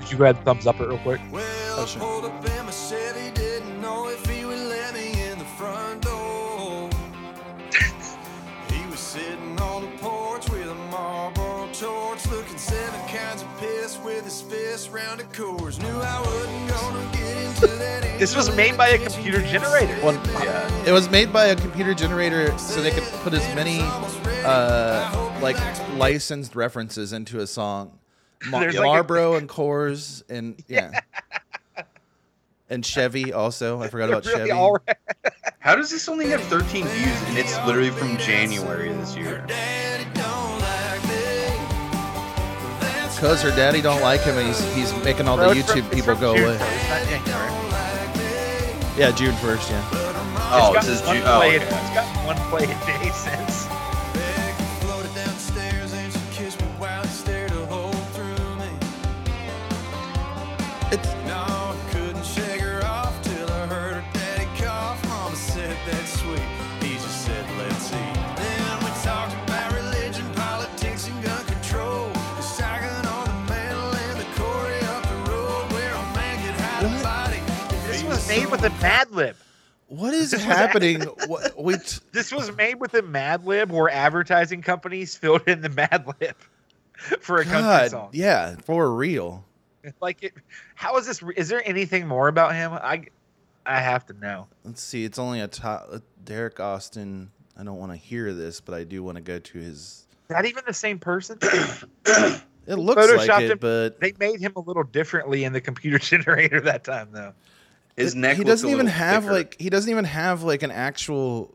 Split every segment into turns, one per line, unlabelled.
Could you go ahead and thumbs up it real quick?
Well,
Oh,
I
sure.
pulled up in my Chevy, didn't know if he would let me in the front door. he was sitting on the porch with a Marlboro torch, looking seven kinds of piss with his fist round the course. Knew I wasn't gonna get into that.
This was made by a computer generator.
One, It was made by a computer generator so they could put as many uh, like licensed references into a song. Mar-
There's like a-
Marlboro and Coors and yeah. And Chevy also. I forgot about Chevy.
all right.
How does this only have 13 views and it's literally from January this year?
Daddy don't like me. That's
Cause her daddy don't like him and he's he's making all
Bro,
the
it's from-
YouTube
it's
people
from
go
June
away.
first, not January.
Yeah, June first, yeah.
Oh, it
It's
says
got one
June. Oh,
play a-
okay.
It's got one play a day since.
Beck floated downstairs and she kissed me while she stared a hole through me.
It's
No, I couldn't shake her off till I heard her daddy cough. Mama said that's sweet. He just said, let's eat. Then we talked about religion, politics, and gun control. The shotgun on the mantle and the quarry up the road where a man could hide a
What?
body.
This was made with a Mad Lib.
what is happening? what, we t-
This was made with a Mad Lib where advertising companies filled in the Mad Lib for a country
God,
song.
yeah, for real.
Like, it, how is this? Is there anything more about him? I, I have to know.
Let's see. It's only a top. Derek Austin. I don't want to hear this, but I do want to go to his.
Is that even the same person?
It looks like
photoshopped
it,
him.
but
they made him a little differently in the computer generator that time, though.
His
it-
neck.
He
looks
doesn't
a
even
little
have
thicker.
like he doesn't even have like an actual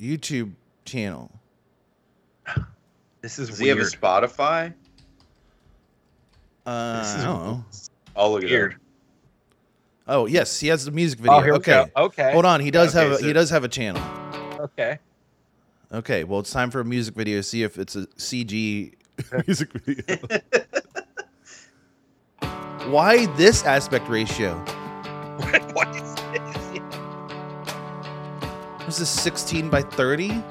YouTube channel.
This is
Does he
weird.
have a Spotify?
Uh,
This
I
is
don't know.
I'll look it up.
weird.
Oh yes, he has the music video.
Oh, here
okay,
we go. Okay.
hold on. He does
Okay,
have a,
so-
he does have a channel.
Okay.
Okay, well it's time for a music video. See if it's a CG music video. Why this aspect ratio?
what is this?
This is 16 by 30.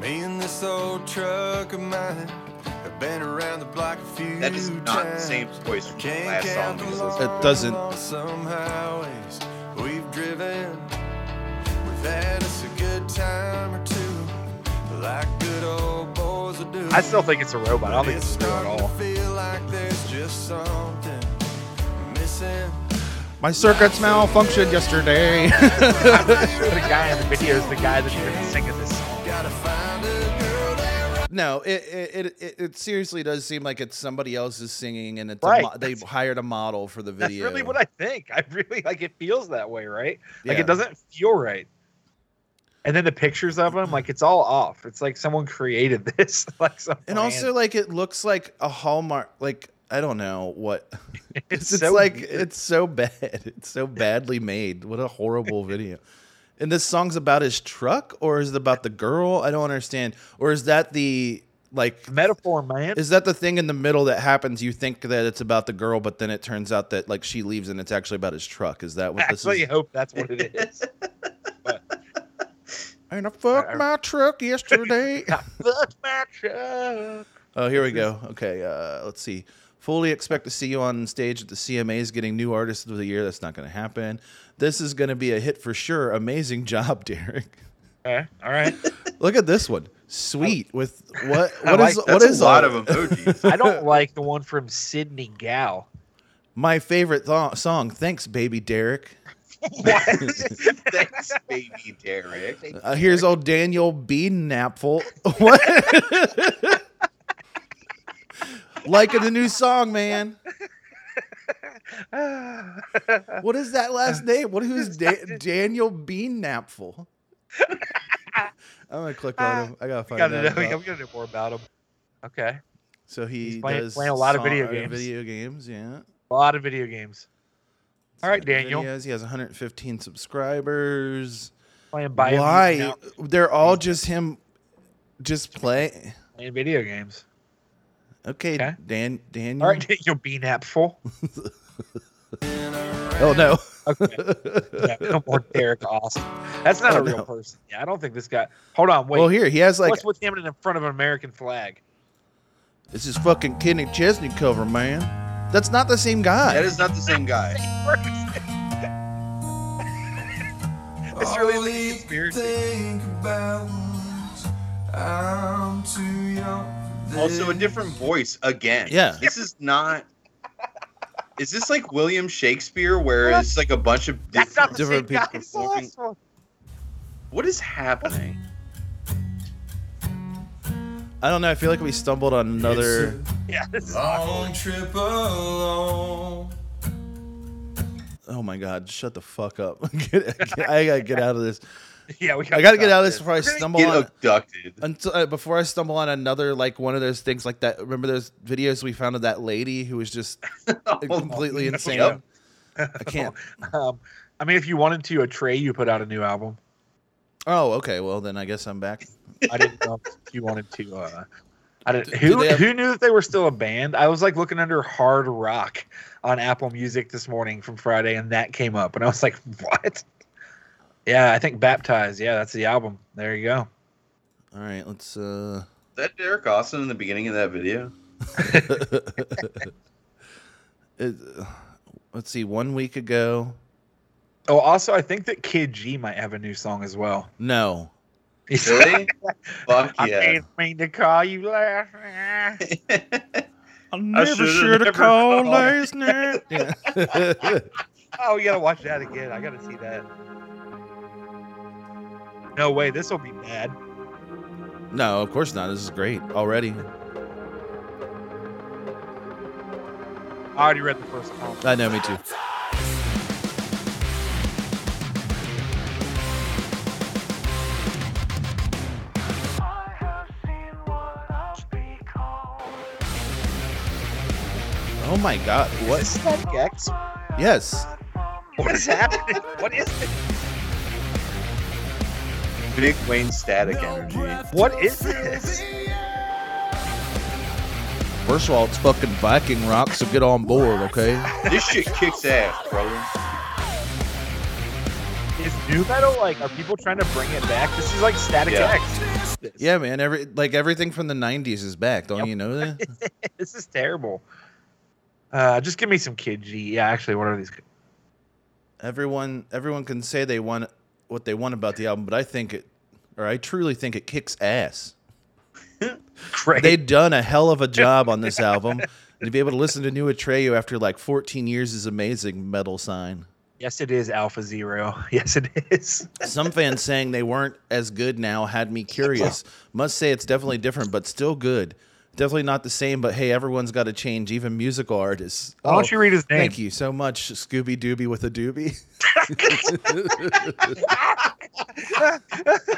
Me and this old truck of mine have been around the block a few
That is not the
times.
same voice from the
Can't
last song.
count
we
the
just
long
listened
It doesn't.
on Some highways we've driven. We've had us a good time or two, like good old boys would do.
I still think it's a robot. I don't
But
think
it's
it's real at
starting to
all.
feel like there's just something missing.
My circuits malfunctioned yesterday.
I'm pretty sure the guy in the video is the guy that's even singing this song.
Gotta find a girl that
no, it, it it- it it seriously does seem like it's somebody else's singing, and it's
Right.
a mo- they hired a model for the
That's
video.
really what I think. I really like it feels that way, right? Like
Yeah.
it doesn't feel right. And then the pictures of him, like it's all off. It's like someone created this. like some
And
plan.
also, like it looks like a hallmark. Like I don't know what. It's,
so
like
weird.
it's so bad. It's so badly made. What a horrible video. And this song's about his truck, or is it about the girl? I don't understand. Or is that the like
metaphor, man.
Is that the thing in the middle that happens? You think that it's about the girl, but then it turns out that like she leaves and it's actually about his truck. Is that what
I
this
actually
is?
hope that's what it is.
And I fucked
I-
my truck yesterday.
Fuck my truck.
oh, here we go. Okay, uh, let's see. Fully expect to see you on stage at the CMAs getting new artist of the year. That's not going to happen. This is going to be a hit for sure. Amazing job, Derek.
Okay. All right.
Look at this one. Sweet with what?
I
What is?
like-
what
That's
is
a lot
all-
of emojis.
I don't like the one from Sydney Gal.
my favorite tho- song? Thanks, baby Derek.
Thanks, baby Derek.
Uh, here's old Daniel B. Napful. What? Liking the new song, man. What is that last name? What who's da- Daniel B. Napful? I'm gonna click on him. I gotta
We
find
gotta know.
out.
yeah,
about-
we gotta know more about him. Okay,
So he
He's playing-
does
playing a lot of
song-
video
uh,
games.
Video games, yeah.
a lot of video games. All right,
Videos.
Daniel.
He has 115 subscribers.
Playing by
Why? They're all just him, just play.
playing video games.
Okay,
Okay.
Dan. Daniel.
All right, Daniel, be napful.
Oh no.
Okay, yeah, no more Derek Austin. That's not
Oh,
a real
no.
person. Yeah, I don't think this guy. Hold on, wait.
Well, here he has like
What's with him in front of an American flag?
This is fucking Kenny Chesney cover, man. That's not the same guy.
That is not the same guy.
It's
All
really
you
the conspiracy.
think about was I'm too young. for
Also, a
this.
different voice again.
Yeah.
This is not. Is this like William Shakespeare, where it's like a bunch of
That's not
different?
the same
different
guy
people
as the last one.
What is happening?
I don't know. I feel like we stumbled on another.
It's
Yeah, this is
a long trip alone.
Oh my god! Shut the fuck up. Get- get- I gotta get out of this.
yeah, we
I gotta get out of this
stop
before I
We're gonna
stumble
Get
on
abducted.
until uh, before I stumble on another like one of those things like that. Remember those videos we found of that lady who was just completely
no,
insane.
yep.
I can't.
Um, I mean, if you wanted to, a Trey, you put out a new album.
Oh, okay. Well, then I guess I'm back.
I didn't know if you wanted to. Uh, I didn't.
Do- do
Who
they have-
who knew that they were still a band? I was like looking under hard rock on Apple Music this morning from Friday, and that came up, and I was like, what? Yeah, I think Baptized. Yeah, that's the album. There you go.
All right. Let's. uh
Is that Derek Austin in the beginning of that video?
it, uh, Let's see. One week ago.
Oh, also, I think that Kid G might have a new song as well.
No.
Really? Fuck
I
yeah.
didn't mean to call you last night.
I
never should've never called called. last
night.
Oh, we gotta watch that again. I gotta see that. No way, this will be bad.
no, of course not. This is great already.
I already read the first comment.
I know, me too. Oh my god,
What
what?
is that Gex?
Yes.
What is happening? what is it?
Nick Wayne static energy.
What is this?
First of all, it's fucking Viking rock, so get on board, okay?
This shit kicks ass, brother.
Is new metal like? Are people trying to bring it back? This is like Static
Yeah.
X.
Yeah, man. Every like everything from the '90s is back. Don't
Yep.
you know that?
this is terrible. Uh, just give me some Kid G. Yeah, actually, what are these?
everyone everyone can say they want what they want about the album, but I think it, or I truly think it kicks ass.
Great.
They've done a hell of a job on this album. And to be able to listen to New Atreyu after like 14 years is amazing. Metal sign.
yes, it is Alpha Zero. Yes, it is.
Some fans saying they weren't as good now had me curious. Must say it's definitely different, but still good. Definitely not the same, but hey, everyone's got to change, even musical artists.
Why don't you read his name?
Oh, Thank you so much, Scooby Dooby with a doobie.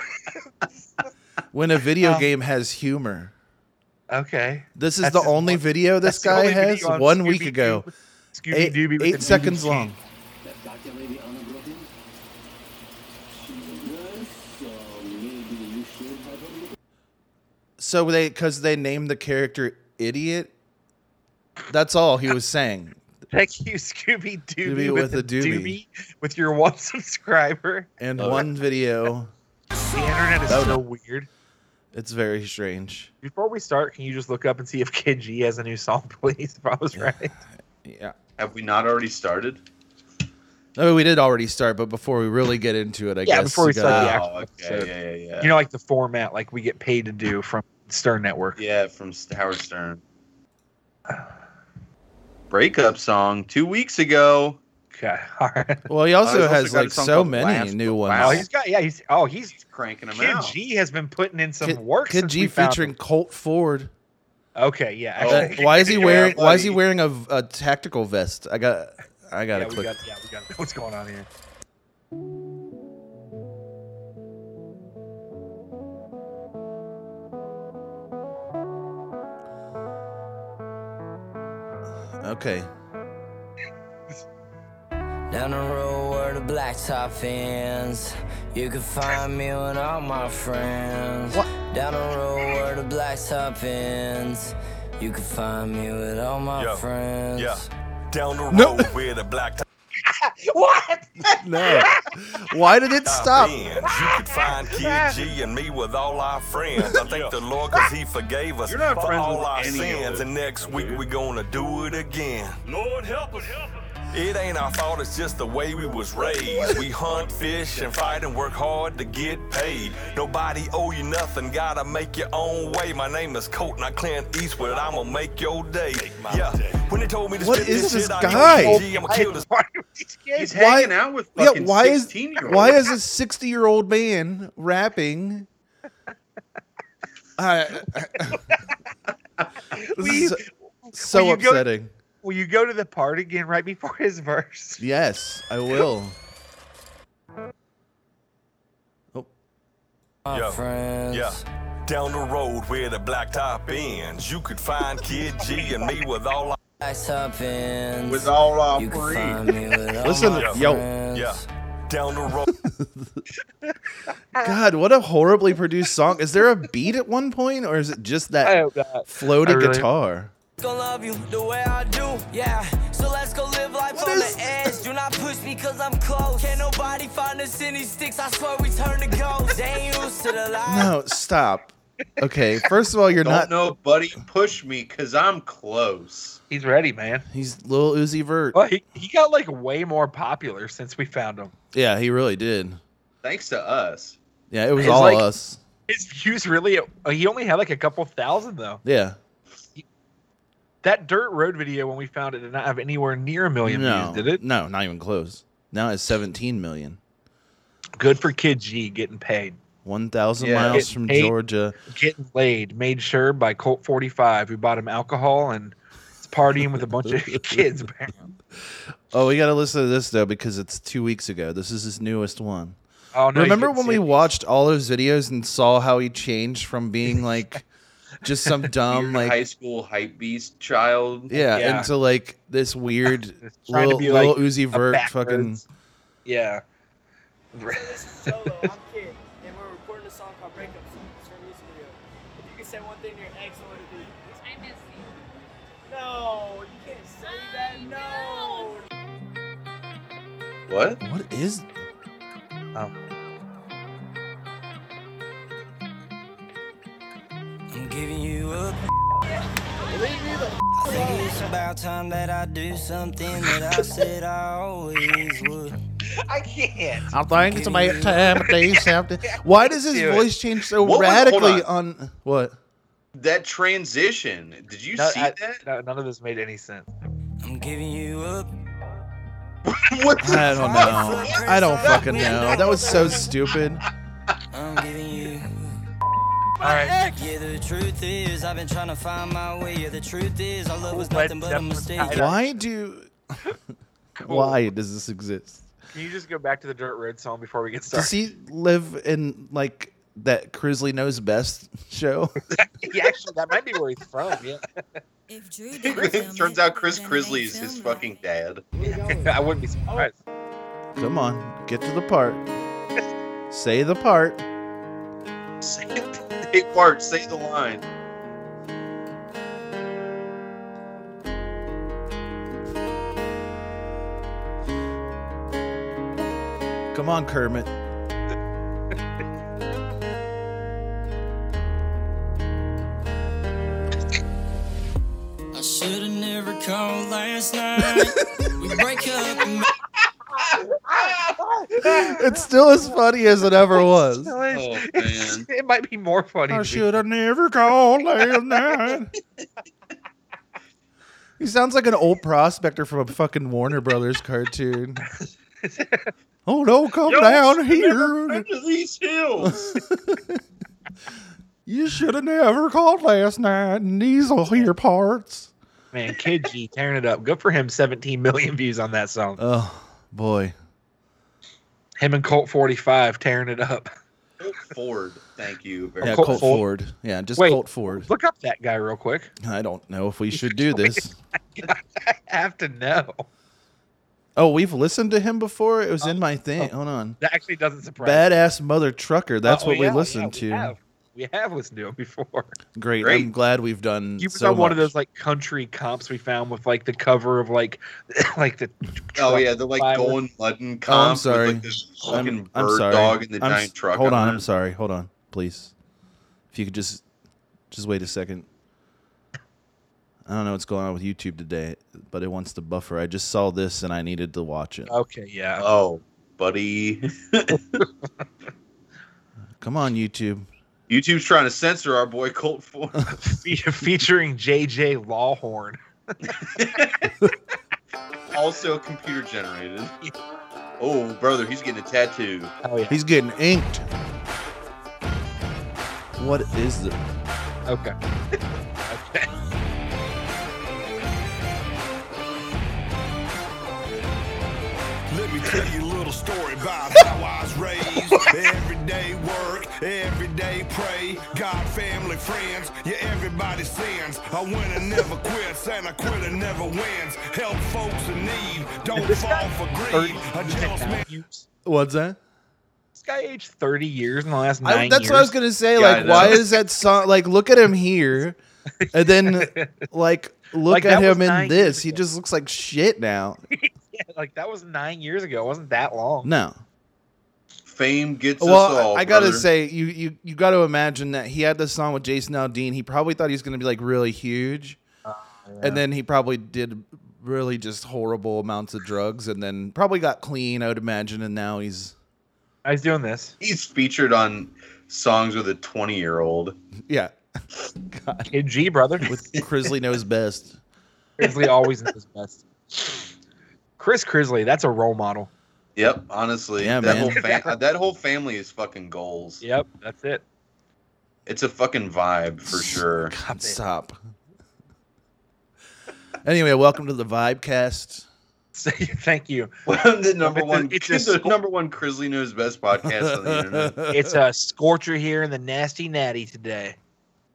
when a video game has humor.
Okay.
This is
That's
the
his
only
one-
video this
That's the
guy
only video
has
on
one week
Scooby-Doo-
ago. Eight,
Scooby-Dooby with
eight
the Doobie
seconds
King.
long.
That doctor lady on the Brooklyn? She's a nurse, so maybe you should have a look.
So they, because they named the character Idiot, that's all he was saying.
Thank you, Scooby Dooby,
Doobie
with, a doobie. with your one subscriber.
And
Oh.
one video,
The internet is
That would-
so weird.
it's very strange.
Before we start, can you just look up and see if Kid G has a new song, please? If I was right.
Yeah.
Have we not already started?
No, we did already start, but before we really get into it, I
Yeah,
guess.
before we
gotta-
start, yeah.
Oh,
actual
okay. Yeah, yeah,
You
yeah.
know, like the format, like we get paid to do from Stern Network.
Yeah, from Howard Stern. Breakup song two weeks ago.
Okay. All right.
Well, he also
he's also
has
got a
like
song
so
called
many
Blast,
new
but
ones.
Wow.
Oh, he's got. Yeah, he's. Oh, he's.
He's cranking them
Kid
out.
G has been putting in some
Kid,
work.
Kid
since
G
we found
featuring
him.
Colt Ford.
Okay. Yeah.
Oh,
Uh,
Actually.
why is he
yeah,
wearing? Why is he
buddy.
wearing a, a tactical vest? I got. I gotta
yeah, we
click.
got, yeah, we got. What's going on here?
okay.
Down the road where the blacktop ends, you can find me and all my friends.
What?
Down the road where the blacktop ends, you can find me with all my
Yo.
friends.
Yeah. Down the road
No.
with a black top.
What?
No. Why did it stop?
Benz. You could find Kid G and me with all our friends. I thank the Lord because He forgave us
You're not
for
friends
all
with
our
any of
sins. And next week we're gonna do it again.
Lord help us.
It ain't our fault, it's just the way we was raised. We hunt, fish, and fight and work hard to get paid. Nobody owe you nothing, gotta make your own way. My name is Colt and I Clint Eastwood, and I'm gonna make your day. Yeah, when they told me to
What
spit
is
this
this
shit, I
guy?
told G, I'm gonna kill this.
Why are these
He's
kids?
Why-
hanging out with
Yeah,
fucking
why is-
16 year olds.
Why is a 60 year old man rapping? I, This
Will
is
you,
so- so
Will you go-
upsetting.
will you go to the part again right before his verse?
Yes, I will. Oh,
My
Yo.
friends.
Yeah. Down the road where the blacktop ends, you could find Kid G and me with all our
Blacktop ends.
With all our
you can
free.
find me with all
Listen,
my
yo.
friends.
Yeah. Down the road.
God, what a horribly produced song. Is there a beat at one point, or is it
I
just that
hope not.
floated
I really-
guitar?
Gonna love you the way I do, yeah. So let's go live life
What
on
is-
the edge. Do not push me cause I'm close. Can't nobody find us in these sticks. I swear we turn to ghosts. They ain't used to the light.
No, stop. Okay, first of all, you're
Don't
not.
know, buddy. Push me, cause I'm close.
He's ready, man.
He's Lil Uzi Vert.
Well, he, he got like way more popular since we found him.
Yeah, he really did.
Thanks to us.
Yeah, it was
He's
all
like-
us.
His views really, uh, he only had like a couple thousand though.
Yeah.
That dirt road video when we found it did not have anywhere near a million
No,
views, did it?
no, not even close. Now it's 17 million.
Good for Kid G getting paid.
1,000
Yeah.
miles
Get
from
paid.
Georgia.
Getting laid, made sure by Colt 45, who bought him alcohol and is partying with a bunch of kids. apparently.
Oh, we got to listen to this, though, because it's two weeks ago. This is his newest one.
Oh, no, you
Remember
didn't
when
see
we
it.
watched all of his videos and saw how he changed from being like just some dumb,
Weird high
like,
school hype beast child.
yeah,
Oh Yeah.
into like this weird
It's trying to
little,
be,
little
like,
Uzi
A
Vert fucking.
backwards- Yeah.
Solo, Oh, I'm Kid, and we're recording a song called Breakup Song. It's from music video. If you could say one thing to your ex, what would it be?
I miss you.
No, you can't say that. No.
What?
What is.
I'm giving you up. I think it's about time that I do something that I said I always would.
I can't.
I think it's about time to do something. Why does his
Do it.
voice change so
What was- hold
radically on. What?
That transition. Did you
No,
see
I-
that?
no, none of this made any sense.
I'm giving you up.
what the
I don't know. I don't fucking know. That was so stupid.
I'm giving you.
All right.
Yeah, the truth is, I've been trying to find my way. Yeah, the truth is, our love was
Led
nothing but a
Zeppelin
mistake.
title.
Why do? Why does this exist?
Can you just go back to the Dirt Road song before we get started?
Does he live in like that Crisley knows best show?
yeah, actually, that might be where he's from. Yeah.
If Drew
It turns out Chris Crisley is his fucking dad.
I wouldn't be surprised.
Come on, get to the part. Say the part.
Say it. Hey, Bart, say the line.
Come on, Kermit.
I should have never called last night. we break up. And...
ah!
It's still as funny as it ever was.
Still is.
Oh,
It's-
man.
It might be more funny.
I
to be-
should have never called last night. He sounds like an old prospector from a fucking Warner Brothers cartoon. Oh no, come
Yo,
down
Under
here.
these hills.
You should have never called last night and these are here parts.
Man, Kid G tearing it up. Good for him. 17 million views on that song.
Oh boy.
Him and Colt 45 tearing it up.
Ford, thank you very
Yeah,
Colt
Colt
Ford.
Ford. Yeah, just
Wait.
Colt Ford.
Look up that guy real quick.
I don't know if we should do this.
I have to know.
Oh, we've listened to him before. It was in my thing. Hold on.
That actually doesn't surprise me.
Badass mother trucker. That's
Oh,
what we
yeah, yeah,
listened
We
to.
have. we have listened to him before.
Great.
Great.
I'm glad we've done.
He was
so
on one of
much.
those like country comps we found with like the cover of like like the
Oh
truck
yeah, the like
fire.
Golden Ludden comp.
Oh, I'm
with,
sorry.
like, this
I'm-
fucking
I'm
bird
sorry.
dog and the
I'm s-
giant truck.
Hold on,
there.
I'm sorry. Hold on, please. If you could just just wait a second. I don't know what's going on with YouTube today, but it wants to buffer. I just saw this and I needed to watch it.
Okay, yeah.
Oh, buddy,
Come on, YouTube.
YouTube's trying to censor our boy Colt Ford.
Fe- featuring JJ Lawhorn.
also computer generated. Oh, brother, he's getting a tattoo.
Oh yeah.
He's getting inked. What is the?
Okay. okay.
Let me tell you a little story about how I was raised. Everyday work, everyday pray. God, family, friends, yeah, everybody sins. I win and never quits, and I quit and never wins. Help folks in need, don't
This
fall
guy-
for greed.
30
A jealous man.
years.
What's that?
This guy aged 30 years in the last nine
I, that's
years.
what I was gonna say.
Yeah, I
Like,
know.
why is that song? Like, look at him here, and then like look
Like, that
at
was
him in
nine
this.
years
He
ago.
just looks like shit now.
yeah, like that was nine years ago. It wasn't that long.
No.
Fame gets us
well,
all.
I gotta
brother.
say, you you you got to imagine that he had this song with Jason Aldean. He probably thought he was gonna be like really huge,
Oh,
and then he probably did really just horrible amounts of drugs, and then probably got clean. I would imagine, and now he's
I was doing this.
he's featured on songs with a twenty-year-old.
yeah
Kid G, brother.
with Crisley knows best.
Crisley always knows best. Chris Crisley, that's a role model.
Yep, honestly,
Yeah,
that
man.
whole fa- that whole family is fucking goals.
Yep, that's it.
It's a fucking vibe for sure.
God, stop. anyway, welcome to the Vibecast.
So, thank you.
Well, the number
It's a-
one,
it's
it's
a
the
score-
number one Crisley knows best podcast on the internet.
It's a scorcher here in the nasty natty today.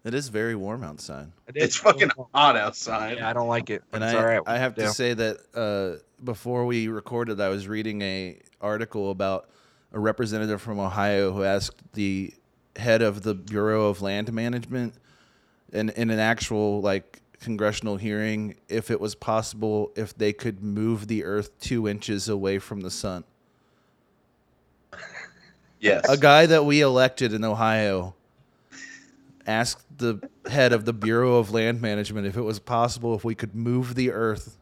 It is very warm outside.
It is
It's fucking
really warm.
hot outside.
Oh, Yeah, I don't like it.
And
it's
I,
all right.
I have
Yeah.
to say that uh, before we recorded, I was reading a article about a representative from Ohio who asked the head of the Bureau of Land Management in, in an actual like congressional hearing if it was possible if they could move the earth two inches away from the sun.
Yes,
a guy that we elected in Ohio asked the head of the Bureau of Land Management if it was possible if we could move the Earth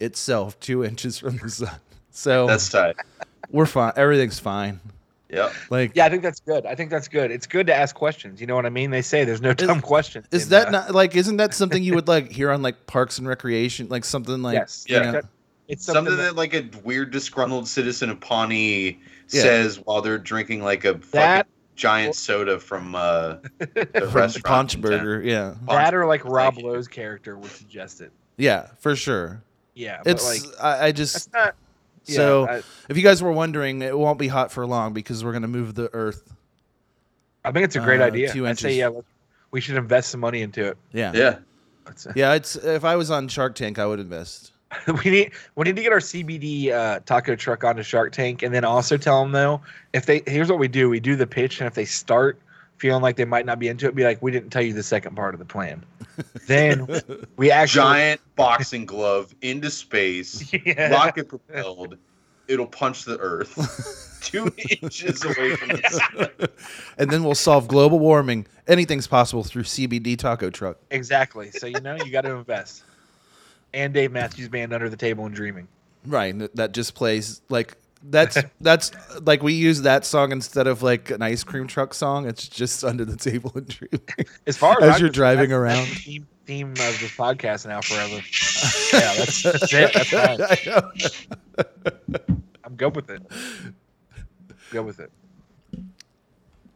itself two inches from the sun. So
that's tight.
we're fine. Everything's fine.
Yep.
Like,
Yeah, I think that's good. I think that's good. It's good to ask questions. You know what I mean? They say there's no dumb questions.
is
in,
that
uh,
not like? Isn't that something you would like hear on like Parks and Recreation? Like something like
Yes.
you
Yeah.
know,
It's something,
Something that like a weird disgruntled citizen of Pawnee
Yeah.
says while they're drinking like a fucking
That-
giant soda from uh, the
from
restaurant.
Punch
in town.
Burger. Yeah,
that, that or like
Thank
Rob
you.
Lowe's character would suggest it.
yeah, for sure.
Yeah,
It's
but like
I, I just
that's not. yeah,
so
I,
if you guys were wondering, it won't be hot for long because we're gonna move the Earth.
I think it's a great
uh,
idea.
two
I
inches.
say yeah. Let's, we should invest some money into it.
Yeah.
Yeah.
Let's, uh,
Yeah, it's if I was on Shark Tank, I would invest.
we need we need to get our CBD uh, taco truck onto Shark Tank, and then also tell them though if they here's what we do: we do the pitch, and if they start feeling like they might not be into it, be like, we didn't tell you the second part of the plan. then we actually
Giant boxing glove into space,
Yeah.
rocket propelled. It'll punch the earth two inches away from the sun.
And then we'll solve global warming. Anything's possible through CBD taco truck.
Exactly. So you know you got to invest. And Dave Matthews Band under the table and dreaming.
Right. and That just plays like that's that's like we use that song instead of like an ice cream truck song. It's just under the table and dreaming.
As far as,
As
I'm
you're
concerned,
driving
that's- that's
around.
the theme, theme of this podcast now forever. yeah, that's, that's it. That's fine.
I know.
I'm good with it. Go with it.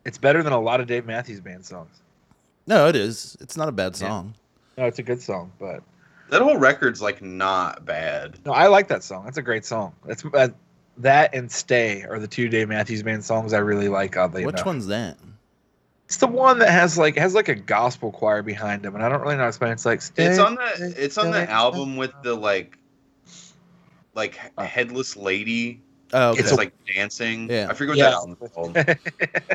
It's better than a lot of Dave Matthews Band songs.
No, it is. It's not a bad song.
No, it's a good song, but
That whole record's like not bad.
no, I like that song. That's a great song. That's uh, that and Stay are the two Dave Matthews Band songs I really like. Oddly
Which
enough.
one's that?
It's the one that has like has like a gospel choir behind him, and I don't really know how to explain. it. It's like Stay.
It's on the it's on
Stay-
the album with the like like headless lady
Oh, okay.
that's
it's,
like dancing.
Yeah.
I forget what
Yeah.
that album's called.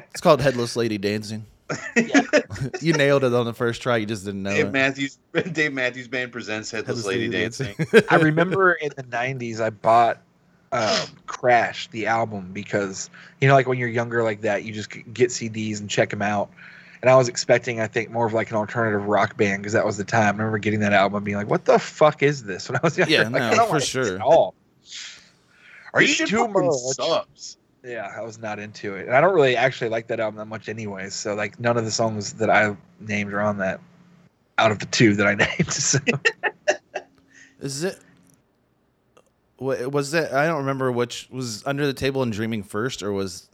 called Headless Lady Dancing. you nailed it on the first try. You just didn't know.
Dave
it.
Matthews Dave Matthews Band presents
Headless
Headless, Lady
Lady
Dancing.
I remember in the '90s, I bought um, Crash the album because you know, like when you're younger like that, you just get CDs and check them out. And I was expecting, I think, more of like an alternative rock band because that was the time. I remember getting that album and being like, "What the fuck is this?" When I was younger,
Yeah,
like,
no,
I don't
for
like this
sure.
At all. Are
This
you
shit
too
fucking
much?
sucks?
Yeah, I was not into it, and I don't really actually like that album that much, anyway. So like, none of the songs that I named are on that. Out of the two that I named, so.
Is it? What was that? I don't remember which was under the table and dreaming first, or was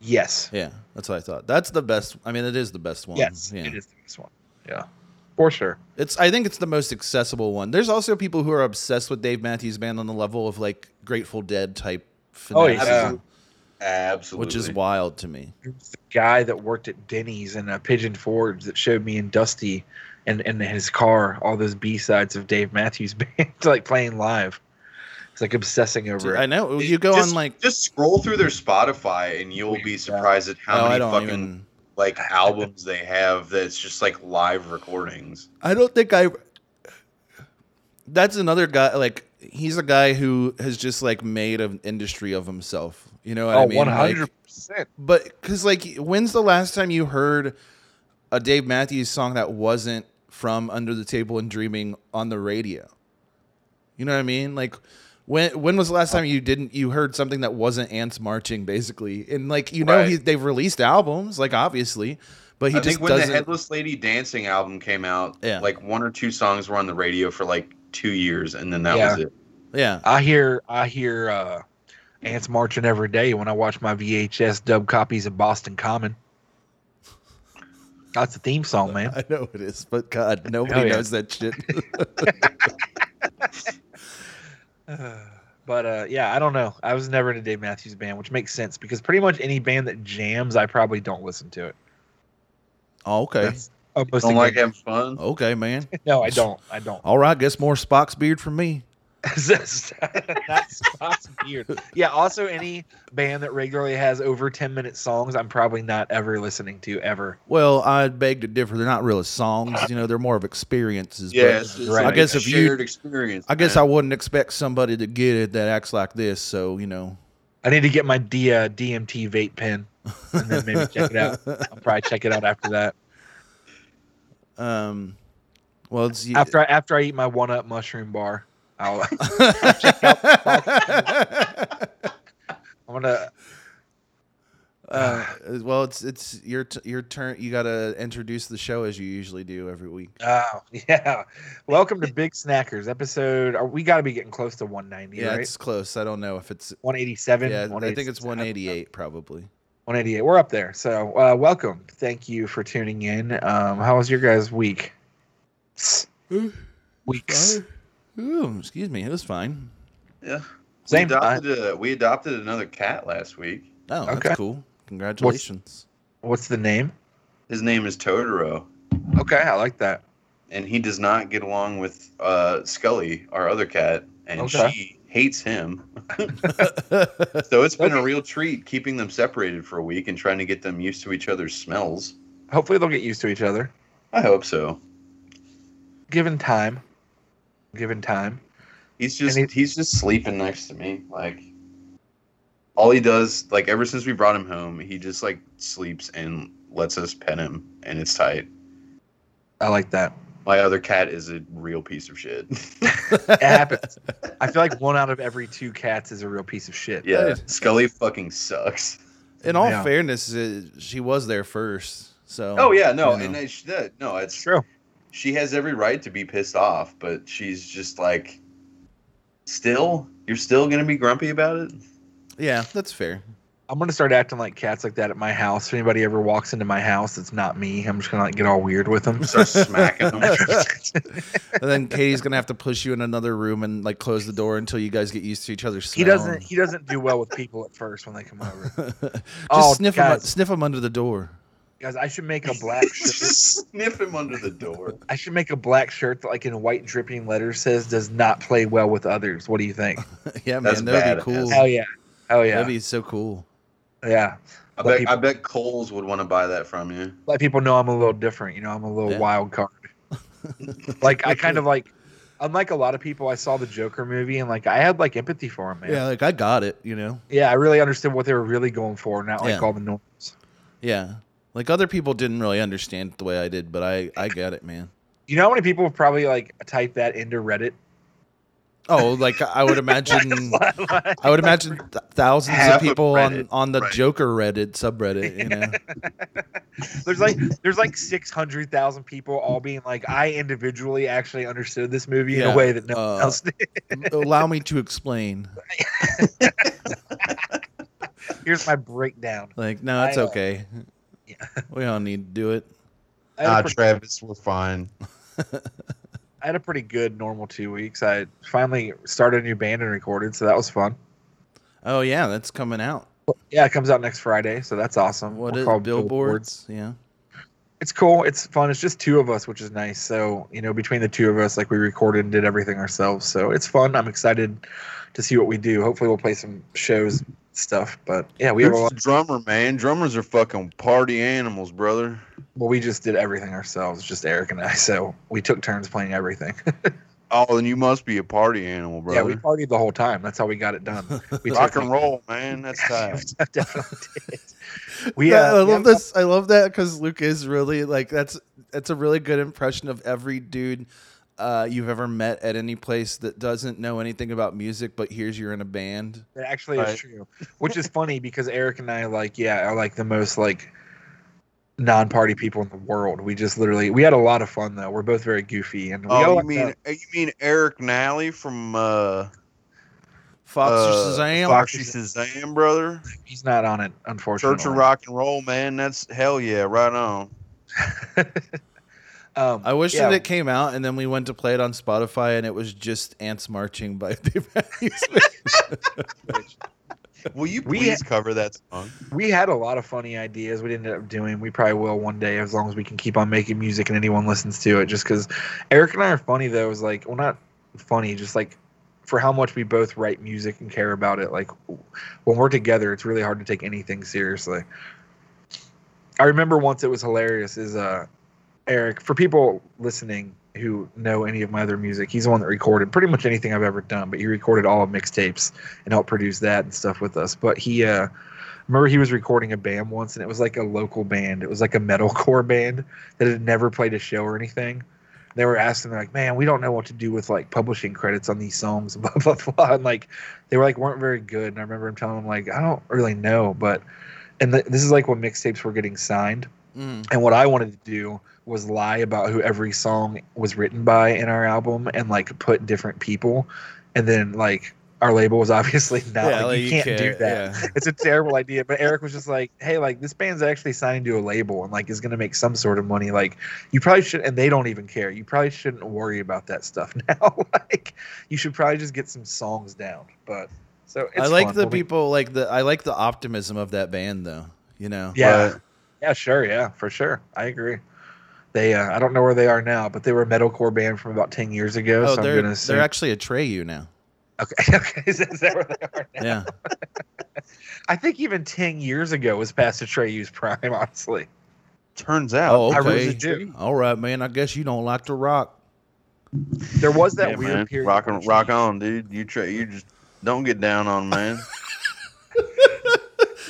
yes,
yeah. That's what I thought. That's the best. I mean, it is the best one.
yes,
yeah.
it is the best one. Yeah, for sure.
It's. I think it's the most accessible one. There's also people who are obsessed with Dave Matthews Band on the level of like Grateful Dead type.
Oh,
finesse,
yeah.
Absolutely.
which is wild to me.
It's the guy that worked at Denny's and uh, Pigeon Forge that showed me in Dusty and and his car all those B sides of Dave Matthews Band like playing live. It's like obsessing over
I
it.
know you go
just,
on like
just scroll through their Spotify and you'll be surprised at
oh,
how
I
many
don't
fucking
even.
like albums they have that's just like live recordings.
I don't think I. That's another guy. Like he's a guy who has just like made an industry of himself. You know what I
Oh,
mean?
one
Like,
hundred percent.
But because like, when's the last time you heard a Dave Matthews song that wasn't from Under the Table and Dreaming on the radio? You know what I mean? Like, when when was the last time you didn't you heard something that wasn't ants marching basically? And like you know
Right.
he, they've released albums like obviously, but he
I
just
think when
doesn't.
the Headless Lady Dancing album came out,
Yeah.
like one or two songs were on the radio for like two years, and then that
Yeah.
was it.
yeah,
I hear I hear uh, ants marching every day when I watch my VHS dub copies of Boston Common. That's the theme song, man.
I know it is, but God, nobody
Hell yeah.
knows that shit.
But uh, yeah, I don't know. I was never in a Dave Matthews Band, which makes sense because pretty much any band that jams, I probably don't listen to it.
oh, okay,
That's almost
Don't like
ignorant.
having fun.
okay, man.
No, I don't. I don't.
All right, guess more Spock's beard from me.
That's Scott's beard. Yeah. Also, any band that regularly has over ten minute songs, I'm probably not ever listening to ever.
Well, I beg to differ. They're not really songs, you know. They're more of experiences. but
Yeah, it's, it's
Right.
like
I
guess
a
if you-
shared experience.
I guess I
man.
wouldn't expect somebody to get it that acts like this. So you know,
I need to get my D, uh, DMT vape pen and then maybe check it out. I'll probably check it out after that.
um, well, it's
After I, after I eat my one up mushroom bar, I'll. I'm gonna.
uh, well, it's it's your t- your turn. You got to introduce the show as you usually do every week.
Oh yeah! Welcome to Big Snackers episode. Are, we got to be getting close to 190,
Yeah,
right?
it's close. I don't know if it's
187.
yeah. I think it's
186.
188 probably.
188. We're up there. So, uh, welcome. Thank you for tuning in. Um, how was your guys' week? Weeks.
Ooh, excuse me. It was fine.
yeah.
Same
we adopted, a, we adopted another cat last week.
Oh,
Okay.
that's cool. Congratulations.
What's the name?
His name is Totoro,
Okay, I like that.
and he does not get along with uh, Scully, our other cat, and
Okay.
she hates him. so it's been a real treat keeping them separated for a week and trying to get them used to each other's smells.
Hopefully, they'll get used to each other.
I hope so.
Given time. Given time.
He's just
And
he's just sleeping next to me. Like all he does, like ever since we brought him home, he just like sleeps and lets us pet him, and it's tight.
I like that.
My other cat is a real piece of shit.
It happens. I feel like one out of every two cats is a real piece of shit.
yeah, Scully fucking sucks.
In all
Yeah.
fairness, uh she was there first. So.
Oh yeah, no,
you
and
know.
I, sh- that, no, it's
It's true.
she has every right to be pissed off, but she's just like, still, you're still gonna be grumpy about it.
yeah, that's fair.
I'm gonna start acting like cats like that at my house. If anybody ever walks into my house, it's not me. I'm just gonna like get all weird with them.
Start smacking them.
And then Katie's gonna have to push you in another room and like close the door until you guys get used to each other's smell.
he doesn't. He doesn't do well with people at first when they come over.
Just
Oh,
sniff him.
guys.
Sniff him under the door.
Guys, I should make a black shirt.
just sniff him under the door.
I should make a black shirt that, like in white dripping letters, says "does not play well with others." What do you think?
yeah,
That's
man, that'd be
badass.
cool.
Hell yeah! Hell yeah!
That'd be so cool.
yeah.
I
Let
bet
people-
I bet Coles would want to buy that from you.
let people know I'm a little different. You know, I'm a little
Yeah.
wild card. like I kind of like, unlike a lot of people, I saw the Joker movie and like I had like empathy for him, man.
Yeah,
Yeah,
like I got it, you know.
I really understood what they were really going for, not like
Yeah.
all the noise.
Yeah. Like other people didn't really understand it the way I did, but I I get it, man.
You know how many people probably like type that into Reddit?
Oh, like I would imagine I would imagine th- thousands of
Half of
people on
Reddit,
on the
right.
Joker Reddit subreddit, you know.
There's like there's like six hundred thousand people all being like, I individually actually understood this movie in
Yeah,
a way that no
uh,
one else did.
Allow me to explain.
Here's my breakdown.
Like, no, it's
I, uh,
okay. We all need to do it.
I
Ah,
had, a pretty,
Travis, we're fine.
I had a pretty good normal two weeks. I finally started a new band and recorded, so that was fun.
Oh yeah, that's coming out.
Yeah, it comes out next Friday, so that's awesome.
What
We're
is
called
billboards? Yeah.
It's cool. It's fun. It's just two of us, which is nice. So you know, between the two of us, like we recorded and did everything ourselves. So it's fun. I'm excited to see what we do. Hopefully, we'll play some shows stuff. But yeah, we
We
have a
Who's
lot.
the drummer, man? Drummers are fucking party animals, brother.
Well, we just did everything ourselves, just Eric and I. So we took turns playing everything.
Oh, then you must be a party animal,
yeah,
brother.
we partied the whole time. That's how we got it done. We
Rock
took-
and roll, man. That's tight.
definitely did. We
Yeah, I
uh,
love this. I love that because Luke is really like that's that's a really good impression of every dude uh, you've ever met at any place that doesn't know anything about music, but hears you're in a band.
That actually
Right.
is true, which is funny because Eric and I like yeah are like the most like non-party people in the world. We just literally we had a lot of fun though. We're both very goofy and we all
Oh, you
like
mean
that.
you mean Eric Nally from uh,
Fox
uh,
or Shazam?
Foxy Shazam, brother.
he's not on it unfortunately.
Church of Rock and Roll, man. That's hell yeah, right on.
um,
I wish
yeah,
that it came out and then we went to play it on Spotify and it was just Ants Marching by Dave Matthews.
Will you
We-
please cover that song?
we had a lot of funny ideas. We ended up doing. We probably will one day as long as we can keep on making music and anyone listens to it. Just because Eric and I are funny though is like well not funny, just like for how much we both write music and care about it. Like when we're together, it's really hard to take anything seriously. I remember once it was hilarious. Is uh Eric for people listening who know any of my other music, he's the one that recorded pretty much anything I've ever done. But he recorded all of mixtapes and helped produce that and stuff with us. But he uh remember he was recording a band once and it was like a local band. It was like a metalcore band that had never played a show or anything. They were asking, they're like, man, we don't know what to do with like publishing credits on these songs, blah blah blah. And like they were like weren't very good. And I remember him telling them like, I don't really know, but and th- this is like when mixtapes were getting signed.
Mm.
And what I wanted to do was lie about who every song was written by in our album and like put different people. And then like our label was obviously not like,
like,
you, can't do
can't-
that. It's a terrible idea. But Eric was just like, hey, like this band's actually signed to a label and like is gonna make some sort of money. Like you probably should and they don't even care. You probably shouldn't worry about that stuff now. like you should probably just get some songs down. But so it's
I like
fun.
the
We'll be-
people like the I like the optimism of that band though. You know,
Yeah.
But-
Yeah, sure. Yeah, for sure. I agree. They, uh, I don't know where they are now, but they were a metalcore band from about 10 years ago.
oh,
so I'm
they're
going to
they're actually a Treyu now.
okay. okay. Is that is that where they are now?
Yeah,
I think even 10 years ago was past Atreyu's prime, honestly.
Turns out,
Oh,
I really
Okay.
do.
all right, man. I guess you don't like to rock.
There was that
Yeah,
weird
man.
period.
Rock
where
on,
she-
rock on, dude. You try, you just don't get down on man.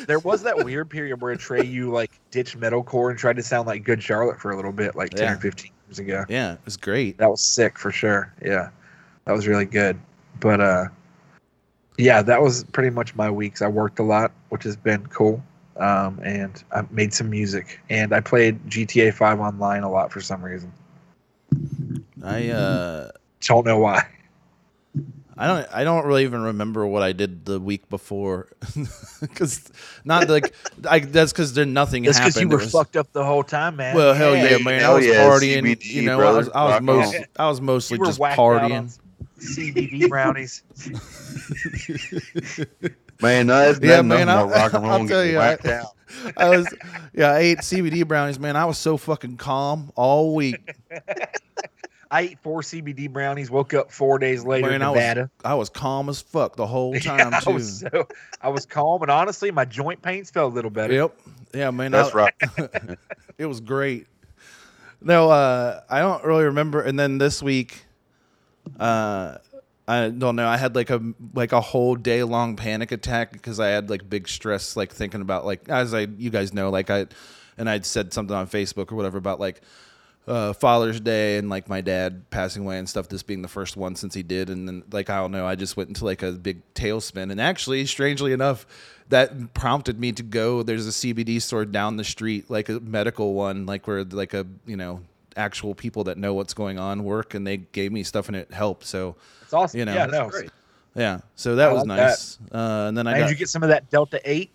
There was that weird period where Atreyu, like, ditched metalcore and tried to sound like Good Charlotte for a little bit, like 10 or
Yeah.
15 years ago.
Yeah, it was great.
That was sick for sure. Yeah. That was really good. But uh yeah, that was pretty much my weeks. I worked a lot, which has been cool. Um and I made some music and I played GTA 5 online a lot for some reason.
I uh
Don't know why.
I don't I don't really even remember what I did the week before cuz not like I that's cuz there nothing
It's
happened.
cuz you were
It was-
fucked up the whole time, man.
Well, hell yeah,
Yeah,
man. I
hell
was
yeah,
partying,
CBD,
you know. I
brother.
was I was
Rock
most
on.
I was mostly
You were
just
whacked out on
partying.
CBD brownies.
Man, that's
Yeah,
nothing
man. I,
about rock and roll
I'll tell
getting
you, I,
whacked out.
I was yeah. I ate CBD brownies, man. I was so fucking calm all week.
I ate four CBD brownies. Woke up four days later in
Man, I
Nevada.
was, I was calm as fuck the whole
Yeah,
time
I
too.
was so I was calm, and honestly, my joint pains felt a little better.
Yep. Yeah, man.
That's
I-
right.
It was great. No, uh, I don't really remember. And then this week, uh, I don't know. I had like a like a whole day long panic attack because I had like big stress, like thinking about like as I you guys know, like I and I'd said something on Facebook or whatever about like uh, Father's Day and like my dad passing away and stuff. This being the first one since he did, and then like I don't know, I just went into like a big tailspin. And actually, strangely enough, that prompted me to go. There's a CBD store down the street, like a medical one, like where like a you know actual people that know what's going on work, and they gave me stuff and it helped. So
It's awesome.
You know,
yeah,
that's
no.
great.
yeah, so that
I
was
like
nice. Uh, and then I
And
got,
did you get some of that Delta Eight?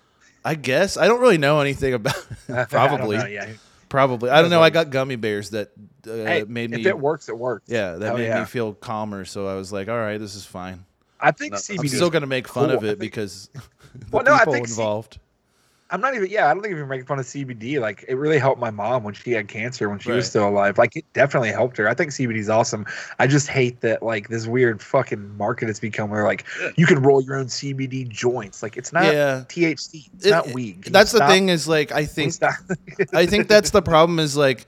I guess I don't really know anything about.
I don't
probably,
know, yeah.
probably. I don't know. I got gummy bears that uh,
Hey,
made me.
if it works, it works.
Yeah, that
Hell
made
yeah.
me feel calmer. So I was like, all right, this is fine.
I think
No, I'm
CBD.
I'm
is
still gonna make fun
cool.
of
I think-
it because the
Well, no, I
people
think C-
involved.
I'm not even. Yeah, I don't think even making fun of CBD. Like it really helped my mom when she had cancer when she was
Right.
still alive. Like it definitely helped her. I think CBD is awesome. I just hate that like this weird fucking market it's become where like you can roll your own CBD joints. Like it's not
yeah,
THC. It's
It-
not
it-
weed. Can
that's
you
the
stop?
thing is like I
Can you
think
stop?
I think that's the problem is like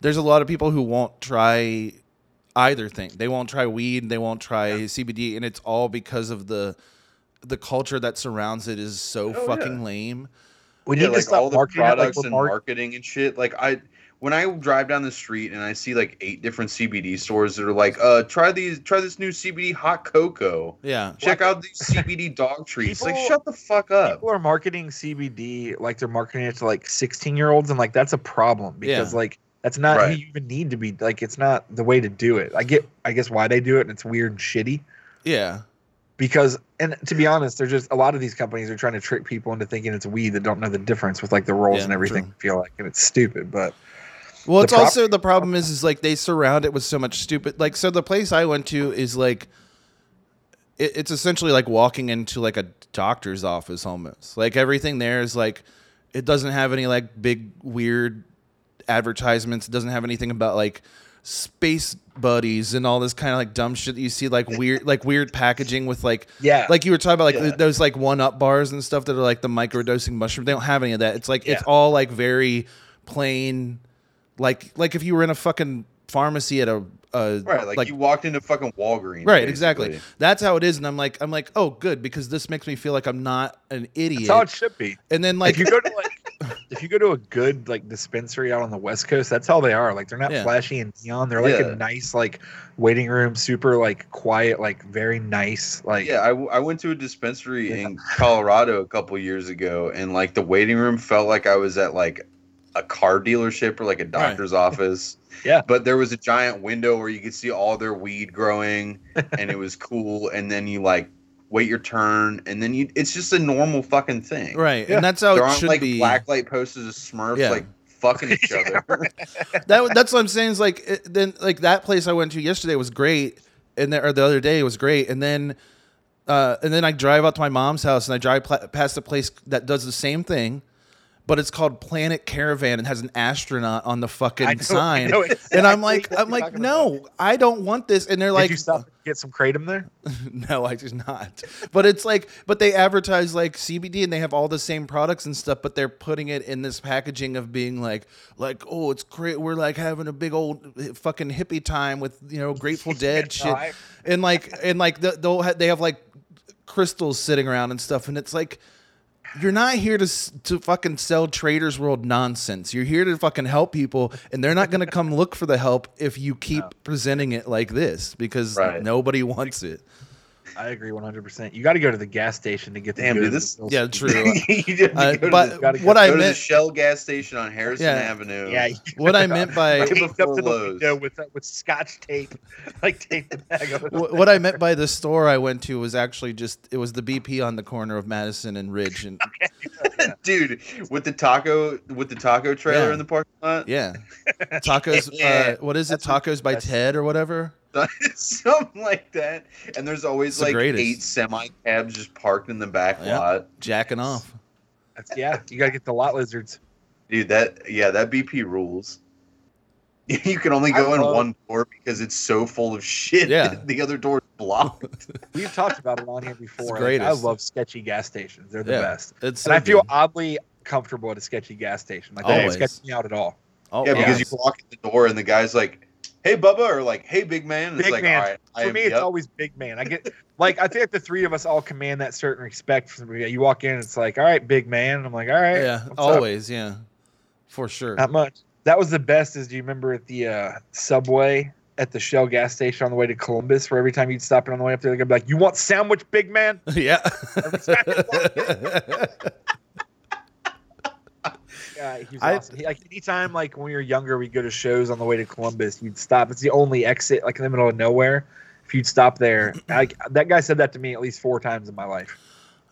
there's a lot of people who won't try either thing. They won't try weed, they won't try CBD and it's all because of the the culture that surrounds it is so
Oh,
fucking lame.
we need
yeah,
to
like
stop
all the
marketing it like
products
we're
and
mark-
marketing and shit. Like I, when I drive down the street and I see like eight different CBD stores that are like, uh, try these, try this new CBD hot cocoa.
Yeah.
Check out these CBD dog treats.
People-
like, shut the fuck up.
people are marketing CBD like they're marketing it to like 16 year olds, and like that's a problem because
Yeah.
like that's not who
Right.
you even need to be. Like it's not the way to do it. I get, I guess, why they do it, and it's weird and shitty
Yeah.
because, and to be honest, they're just a lot of these companies are trying to trick people into thinking it's weed that don't know the difference with like the rolls
Yeah,
and everything.
true.
I feel like, and it's stupid, but
Well,
The
it's
prop-
also the problem is is like they surround it with so much stupid. Like so, the place I went to is like it, it's essentially like walking into like a doctor's office almost. Like everything there is like it doesn't have any like big weird advertisements. It doesn't have anything about like space buddies and all this kind of like dumb shit that you see like weird like weird packaging with like
yeah,
like you were talking about like
Yeah.
th- those like one up bars and stuff that are like the microdosing mushroom. They don't have any of that. It's like it's
Yeah.
all like very plain, like like if you were in a fucking pharmacy at a, a
Right, like,
like
you walked into fucking Walgreens.
right exactly.
basically.
That's how it is, and I'm like I'm like oh good because this makes me feel like I'm not an idiot.
that's how it should be.
and then like
if you go to like if you go to a good like dispensary out on the west coast that's how they are like they're not
Yeah.
flashy and neon they're like
Yeah.
a nice like waiting room super like quiet like very nice like
Yeah, I, w- I went to a dispensary in Colorado a couple years ago, and like the waiting room felt like I was at like a car dealership or like a doctor's office.
Yeah.
But there was a giant window where you could see all their weed growing, and it was cool. And then you like wait your turn, and then you it's just a normal fucking thing.
right,
Yeah.
and that's how
There
it
aren't
should
like
be.
blacklight posters of Smurfs
Yeah.
like fucking each other.
that that's what I'm saying is like it, then like that place I went to yesterday was great, and then or the other day was great, and then uh, and then I drive out to my mom's house and I drive pla- past a place that does the same thing, but it's called Planet Caravan and has an astronaut on the fucking
I know- I
sign.
know
and I'm
exactly
like,
what
I'm
you're
like,
talking
no,
about.
I don't want this. And they're
Did
like,
you stop and get some kratom there
no, I do not. But it's like, but they advertise like CBD and they have all the same products and stuff, but they're putting it in this packaging of being like, like, oh, it's great. We're like having a big old eh, fucking hippie time with you know Grateful Dead shit,
I-
and like, and like the- they'll ha- they have like crystals sitting around and stuff, and it's like. You're not here to s- to fucking sell Traders World nonsense. You're here to fucking help people, and they're not going to come look for the help if you keep presenting it like this because
Right.
nobody wants it.
i agree 100% you got to go to the gas station to get the
Damn, dude,
good
this-
little-
Yeah, true.
You just
Uh,
go to
but
gotta
what
go-
I
go to the
meant,
Shell gas station on Harrison
Yeah.
Avenue.
yeah you
what I meant by
Right.
taped up
before
to the
Lowe's.
window with uh, with scotch tape like tape the bag over the-
wh- what I meant by the store I went to was actually just it was the BP on the corner of Madison and Ridge, and
dude with the taco with the taco trailer
Yeah.
in the parking lot
yeah, tacos.
Yeah.
Uh, what is it?
That's what-
Tacos by
that's-
Ted or whatever.
something like that and there's always
It's the
like
greatest.
eight semi cabs just parked in the back
Yeah.
lot
Jacking off.
That's- yeah you got to get the lot lizards
dude that yeah that bp rules You can only go
I
in
love-
one door because it's so full of shit.
Yeah.
that the other door's blocked.
We've talked about it on here before. Like, I
greatest.
love sketchy gas stations. They're the
Yeah.
best.
It's
and
so
I feel
good.
oddly comfortable at a sketchy gas station. Like they don't
Always.
sketch me out at all.
Oh,
yeah, because
yeah.
you walk in the door and the guy's like, "Hey, Bubba," or like, "Hey, big man." And it's
Big
like,
man.
All right, I
For
am-
me, it's
yep.
always big man. I get like I think the three of us all command that certain respect. From you walk in, it's like, all right, big man. I'm like, all right,
yeah,
what's up? Um,
always, yeah, for sure.
Not much. That was the best. Is do you remember at the uh, subway at the Shell gas station on the way to Columbus, where every time you'd stop in on the way up there, they'd be like, "You want sandwich, big man?"
yeah.
Yeah, he was
I-
awesome. He, like anytime, like when we were younger, we'd go to shows on the way to Columbus. You'd stop. It's the only exit, like in the middle of nowhere. If you'd stop there, I, that guy said that to me at least four times in my life.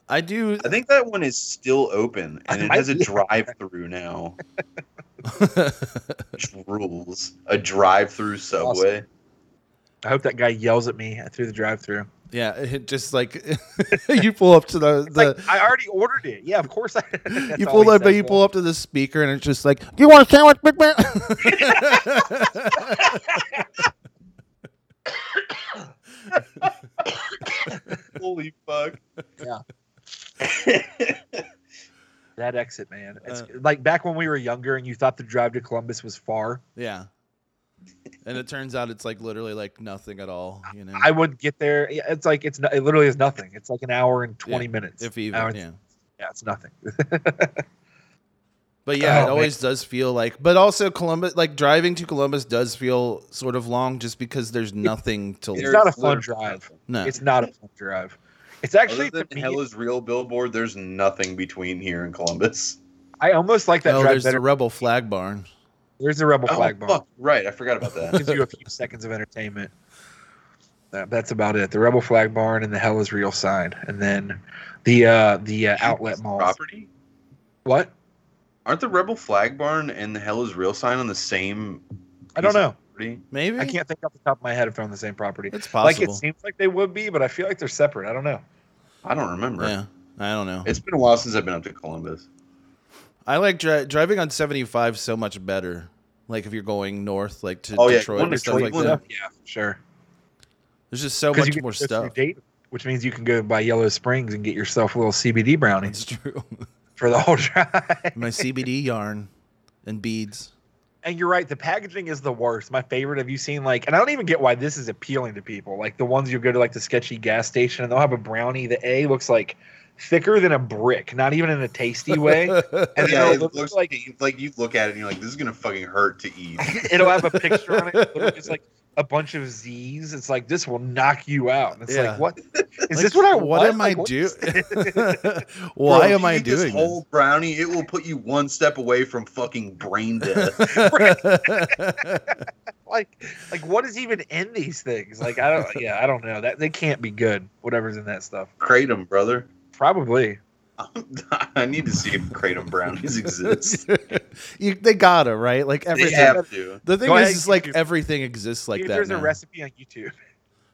I do.
I think that one is still open and it
I-
has a drive-through now, which rules. A drive-through subway.
I hope that guy yells at me through the drive-through.
yeah, it just like you pull up to the
It's
the.
like I already ordered it. Yeah, of course. I, that's
you
all
pull
he
up,
said,
you
though.
pull up to the speaker, and it's just like, "Do you want a sandwich, Big Man?"
Holy fuck!
Yeah.
Yeah.
that exit, man. It's
Uh,
like back when we were younger and you thought the drive to Columbus was far.
yeah, and it turns out it's like literally like nothing at all. You know,
I would get there. yeah, It's like it's no, it literally is nothing. It's like an hour and twenty minutes.
if even
Hour and-
yeah.
yeah, it's nothing.
But yeah,
Oh,
it always does feel like. But also Columbus, like driving to Columbus, does feel sort of long, just because there's nothing to.
It's
There's
not a fun
literally
drive.
no,
It's not a fun drive. It's actually
Actually, Other
to
than
me,
Hell is Real billboard, there's nothing between here and Columbus.
I almost like that
oh,
drive
there's
better.
the Rebel Flag Barn.
there's the rebel flag
oh,
barn.
fuck, right. I forgot about that.
Gives you a few seconds of entertainment. That- that's about it. The rebel flag barn and the hell is real sign, and then the uh the uh, outlet mall.
Property?
What?
Aren't the Rebel Flag Barn and the Hell is Real sign on the same
I don't know.
property?
Maybe
I can't think off the top of my head if they're on the same property.
It's
Like
possible.
it seems like they would be, but I feel like they're separate. I don't know.
I don't remember.
yeah, I don't know.
It's been a while since I've been up to Columbus.
I like dri- driving on 75 so much better. Like if you're going north, like to
Oh, yeah,
Detroit
going
and
to
stuff like
Cleveland.
that.
Yeah, sure.
There's just so
'Cause you
much
can
more
go through
stuff.
Dayton, which means you can go by Yellow Springs and get yourself a little CBD brownie
It's true.
for the whole drive.
My CBD yarn and beads.
And you're right, the packaging is the worst. My favorite. Have you seen like, and I don't even get why this is appealing to people. Like the ones you go to like the sketchy gas station and they'll have a brownie. The A looks like thicker than a brick, not even in a tasty way. And then it'll
Yeah, it
look
looks
like
like like you look at it and you're like, this is gonna fucking hurt to eat.
it'll have a picture on it. It's like a bunch of Z's. It's like this will knock you out. And it's
Yeah.
like what is
Like,
this what I
What
want?
am I
Like, what
doing?
is-
Why
Bro, if
am
you
I
eat this
doing
whole
this?
brownie? It will put you one step away from fucking brain death.
Like like what is even in these things? Like I don't yeah, I don't know. That they can't be good, whatever's in that stuff.
Kratom, brother.
Probably.
I need to see if Kratom brownies exist.
you, they gotta right. Like
They
every
have to.
the thing
Go
is,
ahead,
is, like
YouTube.
everything exists like
Dude,
that.
there's
now.
a recipe on YouTube.